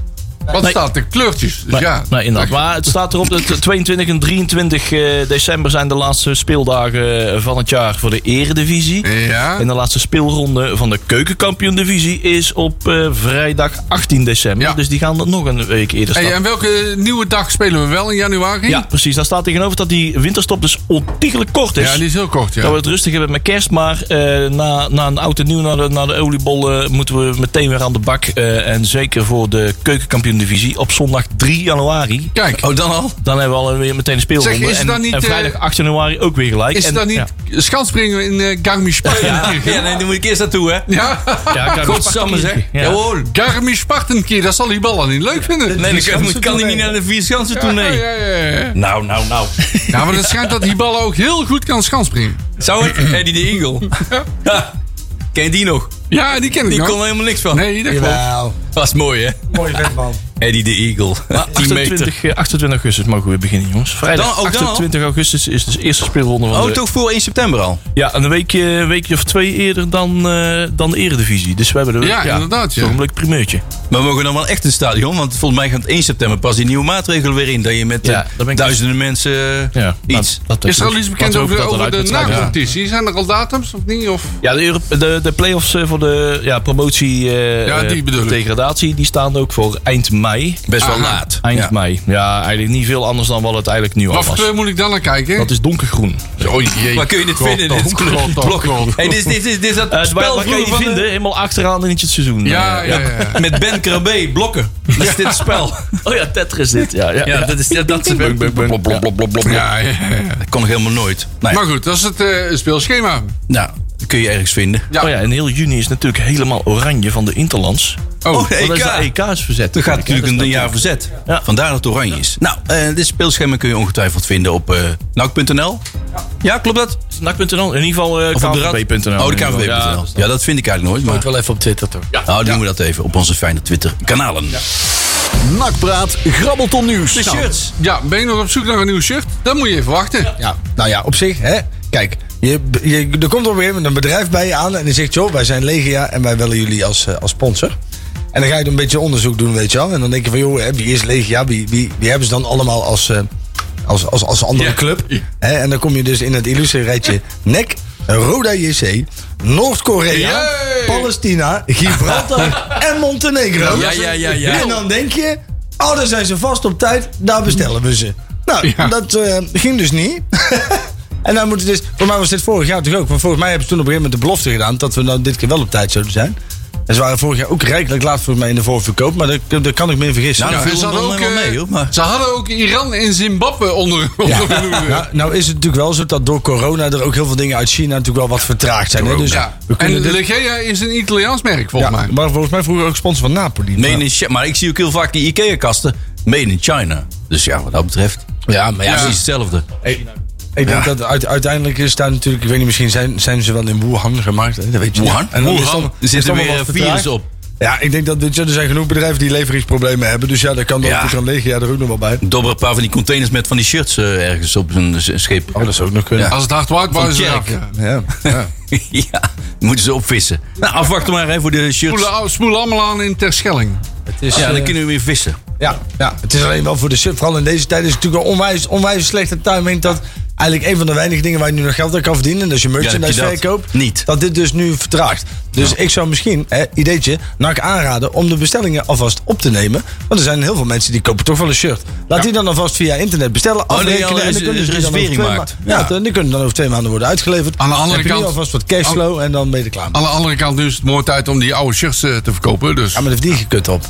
S5: Wat
S6: Nee.
S5: staat er? Kleurtjes. Dus
S6: Nee,
S5: ja.
S6: nee, inderdaad. Maar het staat erop dat 22 en 23 eh, december zijn de laatste speeldagen van het jaar voor de Eredivisie.
S5: Ja.
S6: En de laatste speelronde van de Keukenkampioen-divisie is op eh, vrijdag 18 december.
S5: Ja.
S6: Dus die gaan dat nog een week eerder starten.
S5: Hey, eh, en welke nieuwe dag spelen we wel in januari?
S6: Ja, precies. Daar staat tegenover dat die winterstop dus ontiegelijk kort is.
S5: Ja, die is heel kort, ja.
S6: Dat we het rustig hebben met kerst, maar eh, na, na een oud en nieuw, na de, na de oliebollen, moeten we meteen weer aan de bak. Eh, en zeker voor de keukenkampioen-divisie op zondag 3 januari.
S5: Kijk,
S2: oh, dan al?
S6: Dan hebben we alweer meteen een speelronde.
S5: Zeg, is het
S6: en,
S5: dan niet,
S6: en
S5: eh,
S6: vrijdag 8 januari ook weer gelijk.
S5: is
S6: en,
S5: het dan niet
S6: Ja,
S5: schansspringen in eh, Garmisch-Partenkirchen?
S2: Ja, nee, dan moet ik eerst naartoe, hè?
S5: Ja.
S6: ja ik
S2: Godsamme, zeg.
S6: Ja.
S2: Jawohl.
S5: Garmisch-Partenkirchen, dat zal die bal al niet leuk vinden.
S2: Nee, dan kan, kan ik
S4: tournee.
S2: niet naar de vier schansen toe,
S5: Ja,
S2: nee.
S5: ja, ja, ja.
S2: Nou, nou, nou.
S5: Ja, maar het schijnt dat die bal ook heel goed kan schansspringen.
S2: Zou het? Eddie de Eagle. Ha. Ken je die nog?
S5: Ja, die ken ik
S2: Die
S5: nog.
S2: kon er helemaal niks van.
S5: Nee, dat klopt.
S4: Jawel.
S2: Was mooi, hè?
S4: Mooi vent, man.
S2: Eddie de Eagle. 10 meter.
S6: 28, eh, 28 augustus mogen we beginnen, jongens. Vrijdag
S2: Dan- ook dan al?
S6: 28 augustus is dus de eerste speelronde van
S2: Oh,
S6: de...
S2: toch voor 1 september al?
S6: Ja, een weekje, een weekje of twee eerder dan, eh, dan de eredivisie. Dus we hebben er
S5: Ja, inderdaad, ja.
S6: Toch een leuk primeurtje.
S2: Maar we mogen dan wel echt een stadion, want volgens mij gaat 1 september pas die nieuwe maatregel weer in. Dat je met eh,
S6: Ja, daar ben ik- dus-
S2: duizenden mensen eh,
S6: Ja,
S2: iets.
S6: dat- dat
S5: Is er al
S6: dus.
S5: iets bekend
S6: Laten we
S5: over,
S6: hopen
S5: over
S6: dat eruit
S5: de
S6: met het stadion-
S5: nacompetitie? Zijn er al datums of niet? Of?
S6: Ja, de, Euro- de, de play-offs eh, voor voor de ja, promotie eh,
S5: Ja, die bedoel ik.
S6: degradatie. Die staan ook voor eind mei.
S2: Best wel
S5: Ah,
S2: laat.
S6: Eind
S2: Ja.
S6: mei. Ja, eigenlijk niet veel anders dan wat het eigenlijk nu al
S5: Wat voor
S6: was. Eh,
S5: kleur moet ik dan naar kijken?
S6: Dat is donkergroen.
S5: Oh jee.
S2: Waar kun je dit
S5: God,
S2: vinden?
S5: God,
S2: Dit is
S5: God,
S2: kleur-
S5: God,
S2: blokken.
S5: God.
S2: Hey, dit, is- dit, is- dit is dat
S6: Eh
S2: spel
S6: waar, waar kan
S2: vroeger
S6: je die
S2: van de-
S6: vinden? Helemaal achteraan in het seizoen.
S5: Ja,
S6: Eh,
S5: ja, ja.
S2: Met Ben Krabbe, blokken. Dat is dit spel.
S6: Oh ja, Tetris is dit. Ja, ja.
S2: Ja, dat is dat. dat is-
S6: Bung, bung, bung.
S2: Blop, blop, blop, blop, blop.
S5: Ja, ja, ja.
S2: Dat kon ik helemaal nooit. Nou, ja,
S5: Maar goed, dat is het eh, speelschema.
S2: nou, dat kun je ergens vinden.
S5: Ja.
S6: Oh ja, en heel juni is natuurlijk helemaal oranje van de Interlands.
S5: Oh,
S2: Oh, de
S6: Want dat is de
S2: EK.
S6: EK is verzet.
S2: Dat gaat natuurlijk
S6: Ja,
S2: een
S6: dat is
S2: jaar verzet.
S6: Ja.
S2: Vandaar dat het oranje is. Nou, eh, dit speelschema kun je ongetwijfeld vinden op eh nak.nl. Ja, klopt dat?
S6: NAC.nl, in ieder geval eh
S2: Of op de rad?
S6: KNVB.nl.
S2: Oh, de KNVB.nl. Ja,
S6: Ja,
S2: dat vind ik eigenlijk nooit. Maar,
S4: wel even op Twitter toch?
S2: nou, doen we dat even op onze fijne Twitter-kanalen.
S3: Nakpraat, grabbelton nieuws.
S2: De shirts.
S5: ja, ben je nog op zoek naar een nieuw shirt? Dan moet je even wachten.
S4: Ja, nou ja, op zich, hè. Kijk, je, je, er komt op een gegeven moment een bedrijf bij je aan en die zegt, joh, wij zijn Legia en wij willen jullie als, eh, als sponsor. En dan ga je een beetje onderzoek doen, weet je wel. En dan denk je van, joh, hè, wie is Legia? Wie, wie, wie hebben ze dan allemaal als, eh, als, als, als andere
S5: Ja.
S4: club?
S5: Ja.
S4: Hè, en dan kom je dus in het illustre rijtje NEC, Roda JC, Noord-Korea,
S5: Yay!
S4: Palestina, Gibraltar en Montenegro.
S2: Ja, ja, ja, ja.
S4: En dan denk je, oh, daar zijn ze vast op tijd, daar bestellen we ze. Nou,
S5: Ja.
S4: dat eh, ging dus niet. en dan moeten dus, voor mij was dit vorig jaar toch ook, want volgens mij hebben ze toen op een gegeven moment de belofte gedaan dat we nou dit keer wel op tijd zouden zijn. En ze waren vorig jaar ook rijkelijk laat volgens mij in de voorverkoop, maar daar, daar kan ik me in vergissen.
S2: Nou,
S5: Ja,
S2: dat
S5: en
S2: viel
S5: ze,
S2: hem
S5: hadden
S2: dan
S5: ook,
S2: helemaal
S5: eh,
S2: mee, hoor. Maar
S5: ze hadden ook Iran en Zimbabwe onder, onder de loer.
S4: Nou, nou is het natuurlijk wel zo dat door corona er ook heel veel dingen uit China natuurlijk wel wat vertraagd zijn. Hè? Dus
S5: Ja.
S4: we kunnen
S5: En
S4: dit-
S5: Legea is een Italiaans merk,
S4: ja,
S5: volgens mij.
S4: maar volgens mij vroeger ook sponsor van Napoli.
S2: Made
S4: Maar-
S2: in Chi- maar ik zie ook heel vaak die IKEA-kasten. Made in China. Dus ja, wat dat betreft.
S4: ja, maar
S2: Ja,
S4: ja,
S2: precies hetzelfde.
S4: Ik denk dat uit- uiteindelijk is daar natuurlijk, ik weet niet, misschien zijn, zijn ze wel in Wuhan gemaakt. Hè? Dat weet je. niet.
S2: Wuhan?
S4: En dan is
S2: Wuhan.
S4: dan-
S2: Er
S4: is
S2: zitten
S4: dan wel
S2: weer eh,
S4: wat
S2: virus
S4: vertraagd.
S2: op.
S4: Ja, ik denk dat weet je, er zijn genoeg bedrijven die leveringsproblemen hebben. Dus ja, daar kan dan
S2: Ja.
S4: ja. kan Legia er ook nog wel bij.
S2: Dobber een paar van die containers met van die shirts eh, ergens op een s- schip.
S4: Oh, dat zou ook nog kunnen.
S5: Als het hard waait,
S2: Van
S5: waren ze
S2: Kerk.
S5: eraf.
S4: Ja. Ja.
S2: ja, moeten ze opvissen. Nou, afwachten maar even voor de shirts.
S5: Spoelen, spoelen allemaal aan in Terschelling.
S4: Het is,
S2: Ja,
S4: eh,
S2: dan kunnen we weer vissen.
S4: ja, ja, het is alleen wel voor de shit. Vooral in deze tijd is het natuurlijk een onwijs, onwijs slechte timing. Dat eigenlijk een van de weinige dingen waar je nu nog geld aan kan verdienen. En dat is je
S2: heb je
S4: merchandise
S2: dat.
S4: verkoopt.
S2: Niet.
S4: Dat dit dus nu vertraagt. Dus ik zou misschien, hè, ideetje, NAC aanraden om de bestellingen alvast op te nemen. Want er zijn heel veel mensen die kopen toch wel een shirt. Laat die dan alvast via internet
S2: Oh,
S4: bestellen.
S2: nee,
S4: afrekenen,
S2: al
S4: en
S2: is-
S4: dan kunnen
S2: is
S4: ze die dan over
S2: reservering
S4: twee
S2: maakt.
S4: ma- Ja,
S2: Ja.
S4: dan- die kunnen dan over twee maanden worden uitgeleverd.
S5: Aan de andere
S4: Heb je nu
S5: kant-
S4: alvast wat
S2: Oh.
S4: cashflow en dan ben je er klaar mee.
S5: Aan de andere kant nu is het mooi tijd om die oude shirts eh, te verkopen. Dus.
S4: Ja, maar dat verdien je kut op.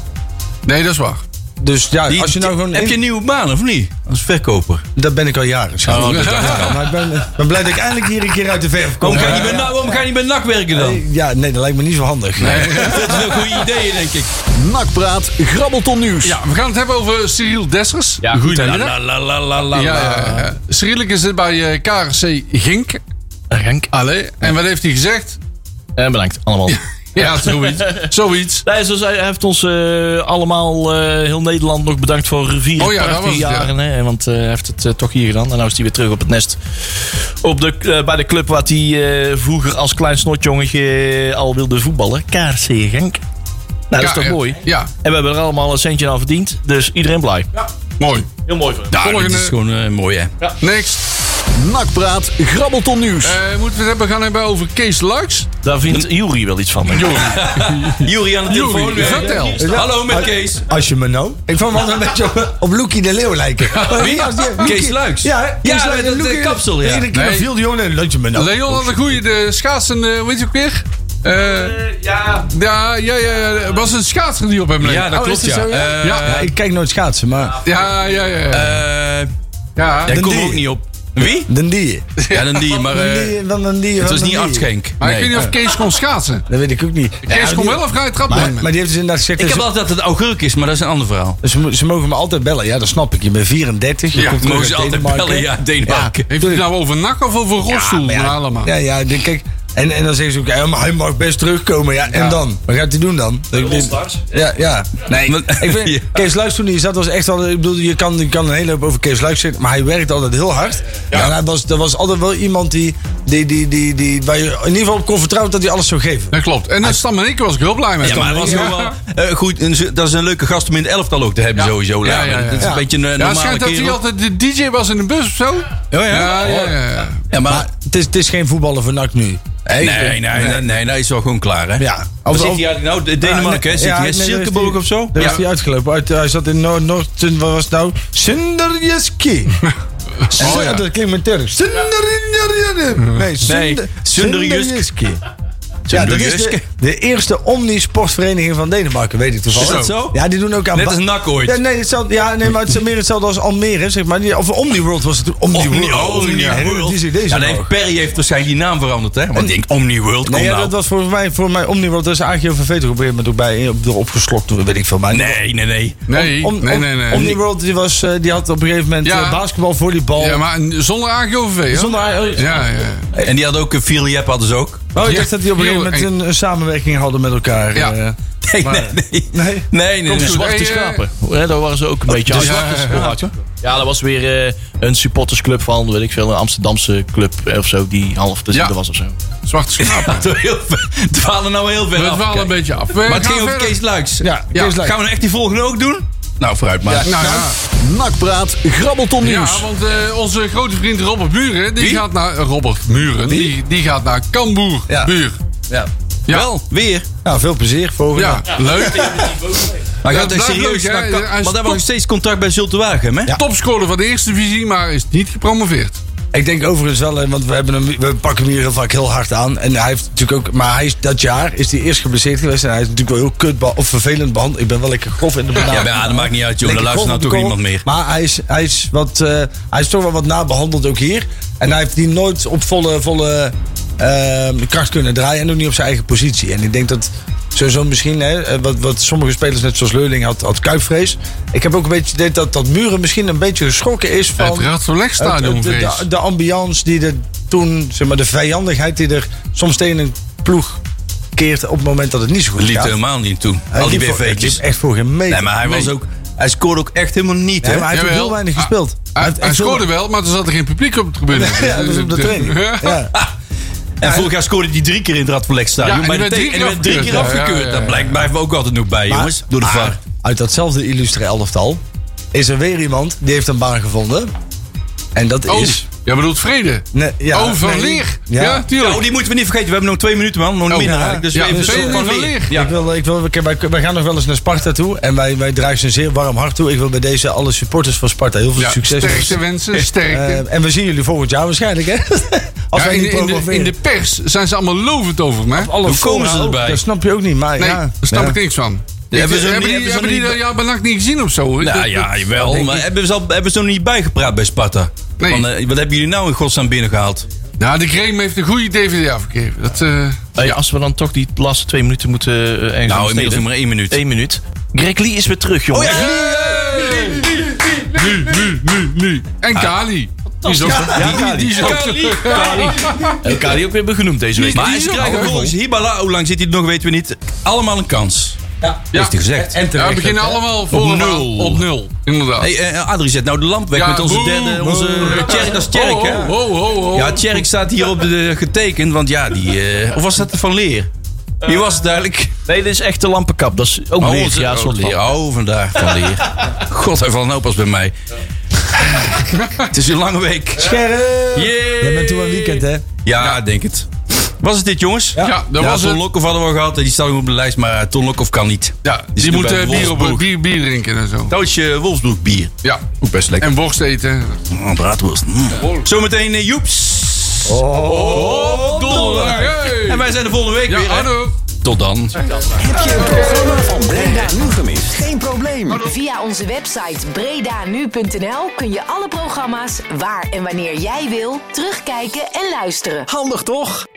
S5: Nee, dat is waar.
S4: Dus ja,
S2: Die-
S4: als je nou gewoon...
S2: Heb je een nieuwe baan of niet? Als verkoper.
S4: Dat ben ik al jaren. schat.
S2: Oh, dat-
S4: Ja, maar ik ben, ben blij dat ik eindelijk hier een keer uit de verf kom. eh,
S2: Waarom ga je niet bij, na- waarom ga je niet bij NAC werken dan?
S4: Ja, nee, dat lijkt me niet zo handig.
S2: Dat is wel een goede idee, denk ik.
S3: Nakpraat, grabbelton nieuws.
S5: Ja, we gaan het hebben over Cyril Dessers.
S6: Ja, goed,
S5: Goedemiddag.
S2: La, la, la, la, la,
S5: Ja,
S2: la.
S5: ja, ja. Cyril is er bij eh, KRC Gink.
S6: Genk.
S5: Allee. En wat heeft hij gezegd?
S6: En eh, bedankt, allemaal.
S5: Ja, zoiets. zoiets.
S6: Nee, zoals hij hij heeft ons eh, allemaal, eh, heel Nederland, nog bedankt voor vier
S5: Oh ja, dat
S6: prachtige
S5: was het, ja.
S6: jaren. Hè, want eh, hij heeft het eh, toch hier gedaan. En nu is hij weer terug op het nest. Op de, eh, bij de club waar hij eh, vroeger als klein snotjongetje eh, al wilde voetballen. KRC Genk. Nou, dat is
S5: Ja,
S6: toch
S5: ja.
S6: mooi?
S5: Ja,
S6: En we hebben er allemaal een centje aan verdiend. Dus iedereen blij.
S5: mooi.
S6: Heel mooi voor hem.
S2: Ja,
S5: Volgende.
S2: dit is gewoon eh, mooi, hè?
S5: Next.
S3: Nakpraat, grabbelton nieuws.
S5: Eh, moeten we het hebben, gaan hebben over Kees Luiks?
S6: Daar vindt Jury wel iets van. hè?
S2: Jury aan de
S5: Joeri,
S2: telefoon.
S5: vertel.
S2: Ja. Hallo, met Kees.
S4: Als je me nou... Ik vond me altijd een beetje op, op Loekie de Leeuw lijken.
S2: Wie?
S4: Als die-
S2: Kees Luiks.
S4: Ja, hè? Kees
S2: Ja,
S4: Luiks
S2: met
S4: en
S2: dat,
S4: Loekie
S2: eh,
S4: de-
S2: kapsel, ja.
S4: Iedere keer
S5: Nee.
S4: viel die jongen en laat je me nou.
S5: Leon had een goede de schaatsen, eh, weet je ook weer? Eh,
S6: ja.
S5: ja, ja, ja, ja, er was een schaatser die op hem leek.
S2: Ja, dat
S4: Oh, is
S2: klopt,
S4: het
S2: ja.
S4: zo, ja?
S2: Eh,
S5: Ja.
S4: Ja, ik kijk nooit schaatsen, maar...
S5: Ja, ja, ja. ja.
S2: eh,
S5: ja.
S2: Daar kom
S4: die.
S2: ook niet op. Wie?
S4: Dan die.
S2: Ja, dan die, maar
S4: Dan
S2: eh,
S4: die, dan dan die.
S2: het
S4: dan
S2: was niet
S4: die.
S2: Artschenk.
S5: maar ik
S2: Nee. eh,
S5: weet niet of Kees kon schaatsen.
S4: Dat weet ik ook niet. Ja,
S5: Kees
S4: die-
S5: kon wel of ga je trap
S4: Maar,
S5: nemen?
S4: maar die heeft dus inderdaad gezegd...
S2: Ik
S4: dat
S2: heb
S4: ze-
S2: altijd dat het augurk is, maar dat is een ander verhaal.
S4: Ze, mo- ze mogen me altijd bellen. Ja, dat snap ik. Je bent 34. Je
S5: Ja,
S4: komt terug
S2: mogen ze
S4: uit
S2: altijd
S4: Denemarken.
S2: bellen, ja, Denemarken.
S5: Heeft hij het nou over nak of over rolstoel? Nou,
S4: maar ja,
S5: allemaal.
S4: Ja, ja, ik denk, kijk. En, en dan zeggen ze ook, ja, maar hij mag best terugkomen. Ja, en dan? Wat gaat hij doen dan? Ik denk- Ja, ja. Nee,
S2: Want-
S4: ik vind,
S2: Ja.
S4: Kees Luijks toen hij zat, was echt al... Ik bedoel, je kan, je kan een hele hoop over Kees Luijks zeggen, maar hij werkt altijd heel hard. Ja. En hij was, er was altijd wel iemand die, die, die, die, die... Waar je in ieder geval op kon vertrouwen dat hij alles zou geven.
S5: Dat klopt. En dan Stam en ik was ik heel blij mee.
S2: Ja, maar hij was gewoon wel... eh, goed, en ze- dat is een leuke gast om in het elftal ook te hebben
S5: Ja.
S2: sowieso.
S5: Ja,
S2: Ja,
S5: ja, ja.
S2: Dat is
S4: Ja.
S2: een beetje een eh,
S5: Ja, het
S2: normale
S5: schijnt dat hij
S2: kerel.
S5: altijd de DJ was in de bus of zo.
S2: ja.
S5: ja, ja. ja.
S2: Ja, maar
S4: Maar het is, het is geen voetballer voor NAC nu.
S2: Nee, nee, nee, nee, nee, hij is wel gewoon klaar, hè?
S4: Ja.
S2: Waar
S4: Of-
S2: zit
S4: of-
S2: hij eigenlijk nou? De
S4: Ah,
S2: Denemarken,
S4: nee,
S2: hè? Zit
S4: ja,
S2: hij
S4: nee,
S2: in
S4: daar is
S2: Silkeborg
S4: die-
S2: of zo?
S4: Daar
S2: Ja.
S4: is hij uitgelopen. Uit, hij zat in Noord, Noord, wat was het nou? Sunderjeski.
S5: Oh, ja.
S4: Dat klinkt met Turks. Sunderjeski. Nee, Sunder-
S2: Sunderjysk.
S4: Sunderjysk. Ja, dat is de, de eerste omnisportvereniging van Denemarken, weet ik toevallig.
S2: Is dat zo?
S4: Ja, die doen ook aan...
S2: Net
S4: ba-
S2: als NAC ooit.
S4: Ja, nee, hetzelfde, ja, nee, maar het is meer hetzelfde als Almere, zeg maar. Die- Of Omniworld was het toen. Omniworld.
S2: Omniworld.
S4: Die zit deze
S2: Ja,
S4: nog.
S2: nee, Perry heeft waarschijnlijk die naam veranderd, hè? Want ik denk, Omniworld, kom
S4: Nee, ja,
S2: nou.
S4: dat was volgens mij, voor mij Omniworld. Dat is AGOVV toch op een gegeven moment ook bij op, door opgeslokt, weet ik veel. Maar
S2: Nee, nee, nee.
S5: Nee,
S4: Om- om-
S5: nee, nee, nee.
S4: Omniworld die was, eh, die had op een gegeven moment
S5: Ja.
S4: eh, basketbal, volleybal.
S5: Ja, maar zonder AGOVV, hè?
S4: zonder, oh,
S5: Ja, ja.
S2: En die had ook, eh, Filiep hadden ze ook.
S4: oh, ik
S5: Ja.
S4: dacht dat die op een gegeven moment
S5: Heel
S4: een, een samenwerking hadden met elkaar.
S5: Ja.
S4: eh.
S2: Nee, nee,
S4: Maar-
S2: nee.
S4: nee.
S2: Nee, nee,
S5: Komt
S2: nee.
S5: zo.
S6: Zwarte
S5: Hey, eh,
S6: schapen. Hè, daar waren ze ook een beetje
S5: de
S6: aan.
S5: zwarte
S6: Ja,
S5: schapen.
S6: ja, ja. Ja, dat was weer eh, een supportersclub van, weet ik veel, een Amsterdamse club eh, of zo, die half te
S5: Ja.
S6: zitten was of zo.
S5: Zwarte schapen.
S2: Ja, heel ver- dwalen nou heel ver
S5: We
S2: af,
S5: dwalen een
S2: kijk.
S5: beetje af. We
S2: Maar het
S5: gaan
S2: ging over
S5: verder.
S2: Kees Luiks.
S4: Ja,
S5: Ja,
S4: Kees Luik.
S2: Gaan we nou echt die volgende ook doen? Nou, vooruit maar.
S5: Nou ja,
S3: Nakpraat, grabbelton nieuws.
S5: ja want eh, onze grote vriend Robert Muren, die
S2: Wie?
S5: gaat naar... eh, Robert Muren, die, die gaat naar Cambuur.
S4: Ja.
S5: Buur.
S2: Ja.
S5: Ja.
S2: Wel, weer.
S4: Nou, veel plezier. Volgende.
S5: Ja, leuk.
S2: Hij
S5: Ja,
S2: gaat
S5: blijft
S2: echt serieus
S5: leuk, hè?
S2: naar
S5: Hij is
S2: Ka- Want hij
S5: top.
S2: was nog steeds contact bij Zulte Waregem, hè?
S5: Topscorer van de eerste divisie, maar is niet gepromoveerd.
S4: Ik denk overigens wel, eh, want we, hebben hem, we pakken hem hier heel vaak heel hard aan. En hij heeft natuurlijk ook, maar hij is, dat jaar is hij eerst geblesseerd geweest. En hij is natuurlijk wel heel kut be- of vervelend behandeld. Ik ben wel lekker grof in de benadering.
S2: Ja, maar ja, dat maakt niet uit, joh.
S4: Lekker
S2: Daar luistert nou
S4: golf op
S2: toch
S4: de
S2: niemand
S4: kop.
S2: meer.
S4: Maar hij is, hij, is wat, eh, hij is toch wel wat nabehandeld ook hier. En hij heeft die nooit op volle, volle eh, kracht kunnen draaien. En ook niet op zijn eigen positie. En ik denk dat sowieso misschien, hè, eh, wat, wat sommige spelers net zoals Leuling had, had kuipvrees. Ik heb ook een beetje het idee dat dat Muren misschien een beetje geschrokken is van...
S5: Het Radverlegstadion,
S4: het- het- de,
S5: vrees.
S4: de ambiance die er toen, zeg maar de vijandigheid die er soms tegen een ploeg keert op het moment dat het niet zo goed
S2: Liep
S4: gaat.
S2: er helemaal niet toe.
S4: Hij
S2: Al die
S4: liep voor-
S2: BV'tjes.
S4: liep echt voor geen meter.
S2: Nee, maar hij was
S5: Nee.
S2: ook... Hij scoorde ook echt helemaal niet,
S4: Nee,
S2: hè?
S4: maar hij heeft ook
S5: Jawel.
S4: heel weinig
S5: Ah,
S4: gespeeld.
S5: Hij,
S4: heeft
S5: hij
S4: echt heel
S5: scoorde wel, maar er zat er geen publiek op de tribune.
S4: Ja, dat is op de training.
S5: Ja. Ah,
S4: Ja.
S2: En vorig jaar scoorde hij drie keer in het Radverlegstadion.
S5: Ja, en
S2: bij
S5: die
S2: de
S5: werd
S2: tegen-
S5: drie
S2: en die werd drie keer
S5: afgekeurd. Ja,
S2: afgekeurd.
S5: ja, ja,
S2: Daar blijkt- blijven we ook altijd nog bij, jongens. Door de
S4: Maar
S2: VAR.
S4: Uit datzelfde illustre elftal is er weer iemand die heeft een baan gevonden. En dat
S5: Oh,
S4: is...
S5: jij bedoelt vrede.
S4: Nee, ja,
S5: oh, van
S4: nee.
S5: Leer. Ja,
S4: Ja.
S2: Ja,
S5: tuurlijk. Oh.
S2: oh, die moeten we niet vergeten. We hebben nog twee minuten, man. Nog minder
S4: ja.
S2: eigenlijk. Dus
S5: Ja,
S2: we even
S5: twee
S2: zo van
S5: minuten
S2: leer.
S5: leer.
S2: Ja.
S4: Ik wil, ik wil, ik- wij, wij gaan nog wel eens naar Sparta toe. En wij, wij dragen ze een zeer warm hart toe. Ik wil bij deze alle supporters van Sparta heel veel
S5: Ja,
S4: succes
S5: Sterkte wensen, sterkte.
S4: Eh, en we zien jullie volgend jaar waarschijnlijk, hè? Als
S5: Ja,
S4: wij
S5: in,
S4: niet
S5: de- in de,
S4: promoveren.
S5: in de pers zijn ze allemaal lovend over me.
S4: Alle
S2: Hoe komen ze
S4: fora ook,
S2: erbij?
S4: Dat snap je ook niet, maar
S5: Nee,
S4: ja.
S5: daar snap
S4: ja.
S5: ik niks van.
S2: Ja, hebben
S5: hebben
S2: ze
S5: die,
S2: niet-
S5: hebben
S2: hebben ze
S5: die
S2: niet-
S5: dat jaar nacht niet gezien of zo?
S2: Nou
S5: Dat-
S2: ja,
S5: dat-
S2: jawel. Maar hebben ze, al, hebben ze nog niet bijgepraat bij Sparta?
S5: Nee.
S2: Van, eh, wat hebben jullie nou in godsnaam binnengehaald?
S5: Nou, de Greem heeft een goede DVD afgegeven. Dat, eh,
S6: Hey, Als we dan toch die laatste twee minuten moeten eh, ergens aan
S2: Nou, inmiddels
S6: besteden.
S2: nog maar één minuut.
S6: Eén minuut. Greg Lee is weer terug, jongen.
S2: ja,
S5: nu, nu, nu, nu. En Kali. Die is ook die- die is ook-
S6: En Kali ook weer benoemd deze week.
S2: Maar nou
S5: is
S2: ze
S5: ook
S2: krijgen
S5: wel
S2: volgens Hibala, hoe lang zit hij er nog, weten we niet. Allemaal een kans.
S4: Ja.
S2: Heeft hij gezegd.
S5: Ja, we beginnen allemaal voor
S2: nul.
S5: Op nul, inderdaad.
S2: Hey, eh, Adrie zet nou de lamp weg
S5: Ja,
S2: met onze
S5: boe,
S2: derde,
S5: boe.
S2: onze eh, Tjerk, dat is Tjerk, hè?
S5: Oh, oh, oh, oh.
S2: Ja, Tjerk staat hier op de, getekend, want ja, die... eh, of was dat de Van Leer?
S5: Eh.
S2: Die was het duidelijk.
S6: Nee, dit is echt de lampenkap. Dat is ook
S2: Oh,
S6: weer ja, een soort van.
S2: leer. Oh, vandaag Van Leer. God, hij valt nou pas bij mij. het is een lange week.
S4: Scherp!
S2: Yeah.
S4: Jij bent toe een weekend, hè?
S2: Ja, denk het. Was het dit, jongens?
S5: Ja, dat was
S2: Ton
S5: het.
S2: Lokhoff hadden we al gehad. Die staat nog op de lijst, maar eh, Ton Lokhoff kan niet.
S5: Ja,
S2: Die
S5: die
S2: zit
S5: moet
S2: bij
S5: eh, bier, op,
S2: Wolfsburg.
S5: bier, bier drinken en zo.
S2: Duitse Wolfsburg bier.
S5: Ja.
S2: Ook best lekker.
S5: En worst eten.
S2: Mm, braadworst. Mm. Zometeen eh, Joeps.
S5: Op donderdag. Oh. Hey.
S2: En wij zijn de volgende week
S5: Ja,
S2: weer. hè?
S5: hallo.
S2: Tot dan.
S1: Heb je een programma van Breda Nu gemist? Geen probleem.
S7: Via onze website bredanu.nl kun je alle programma's waar en wanneer jij wil terugkijken en luisteren.
S1: Handig toch?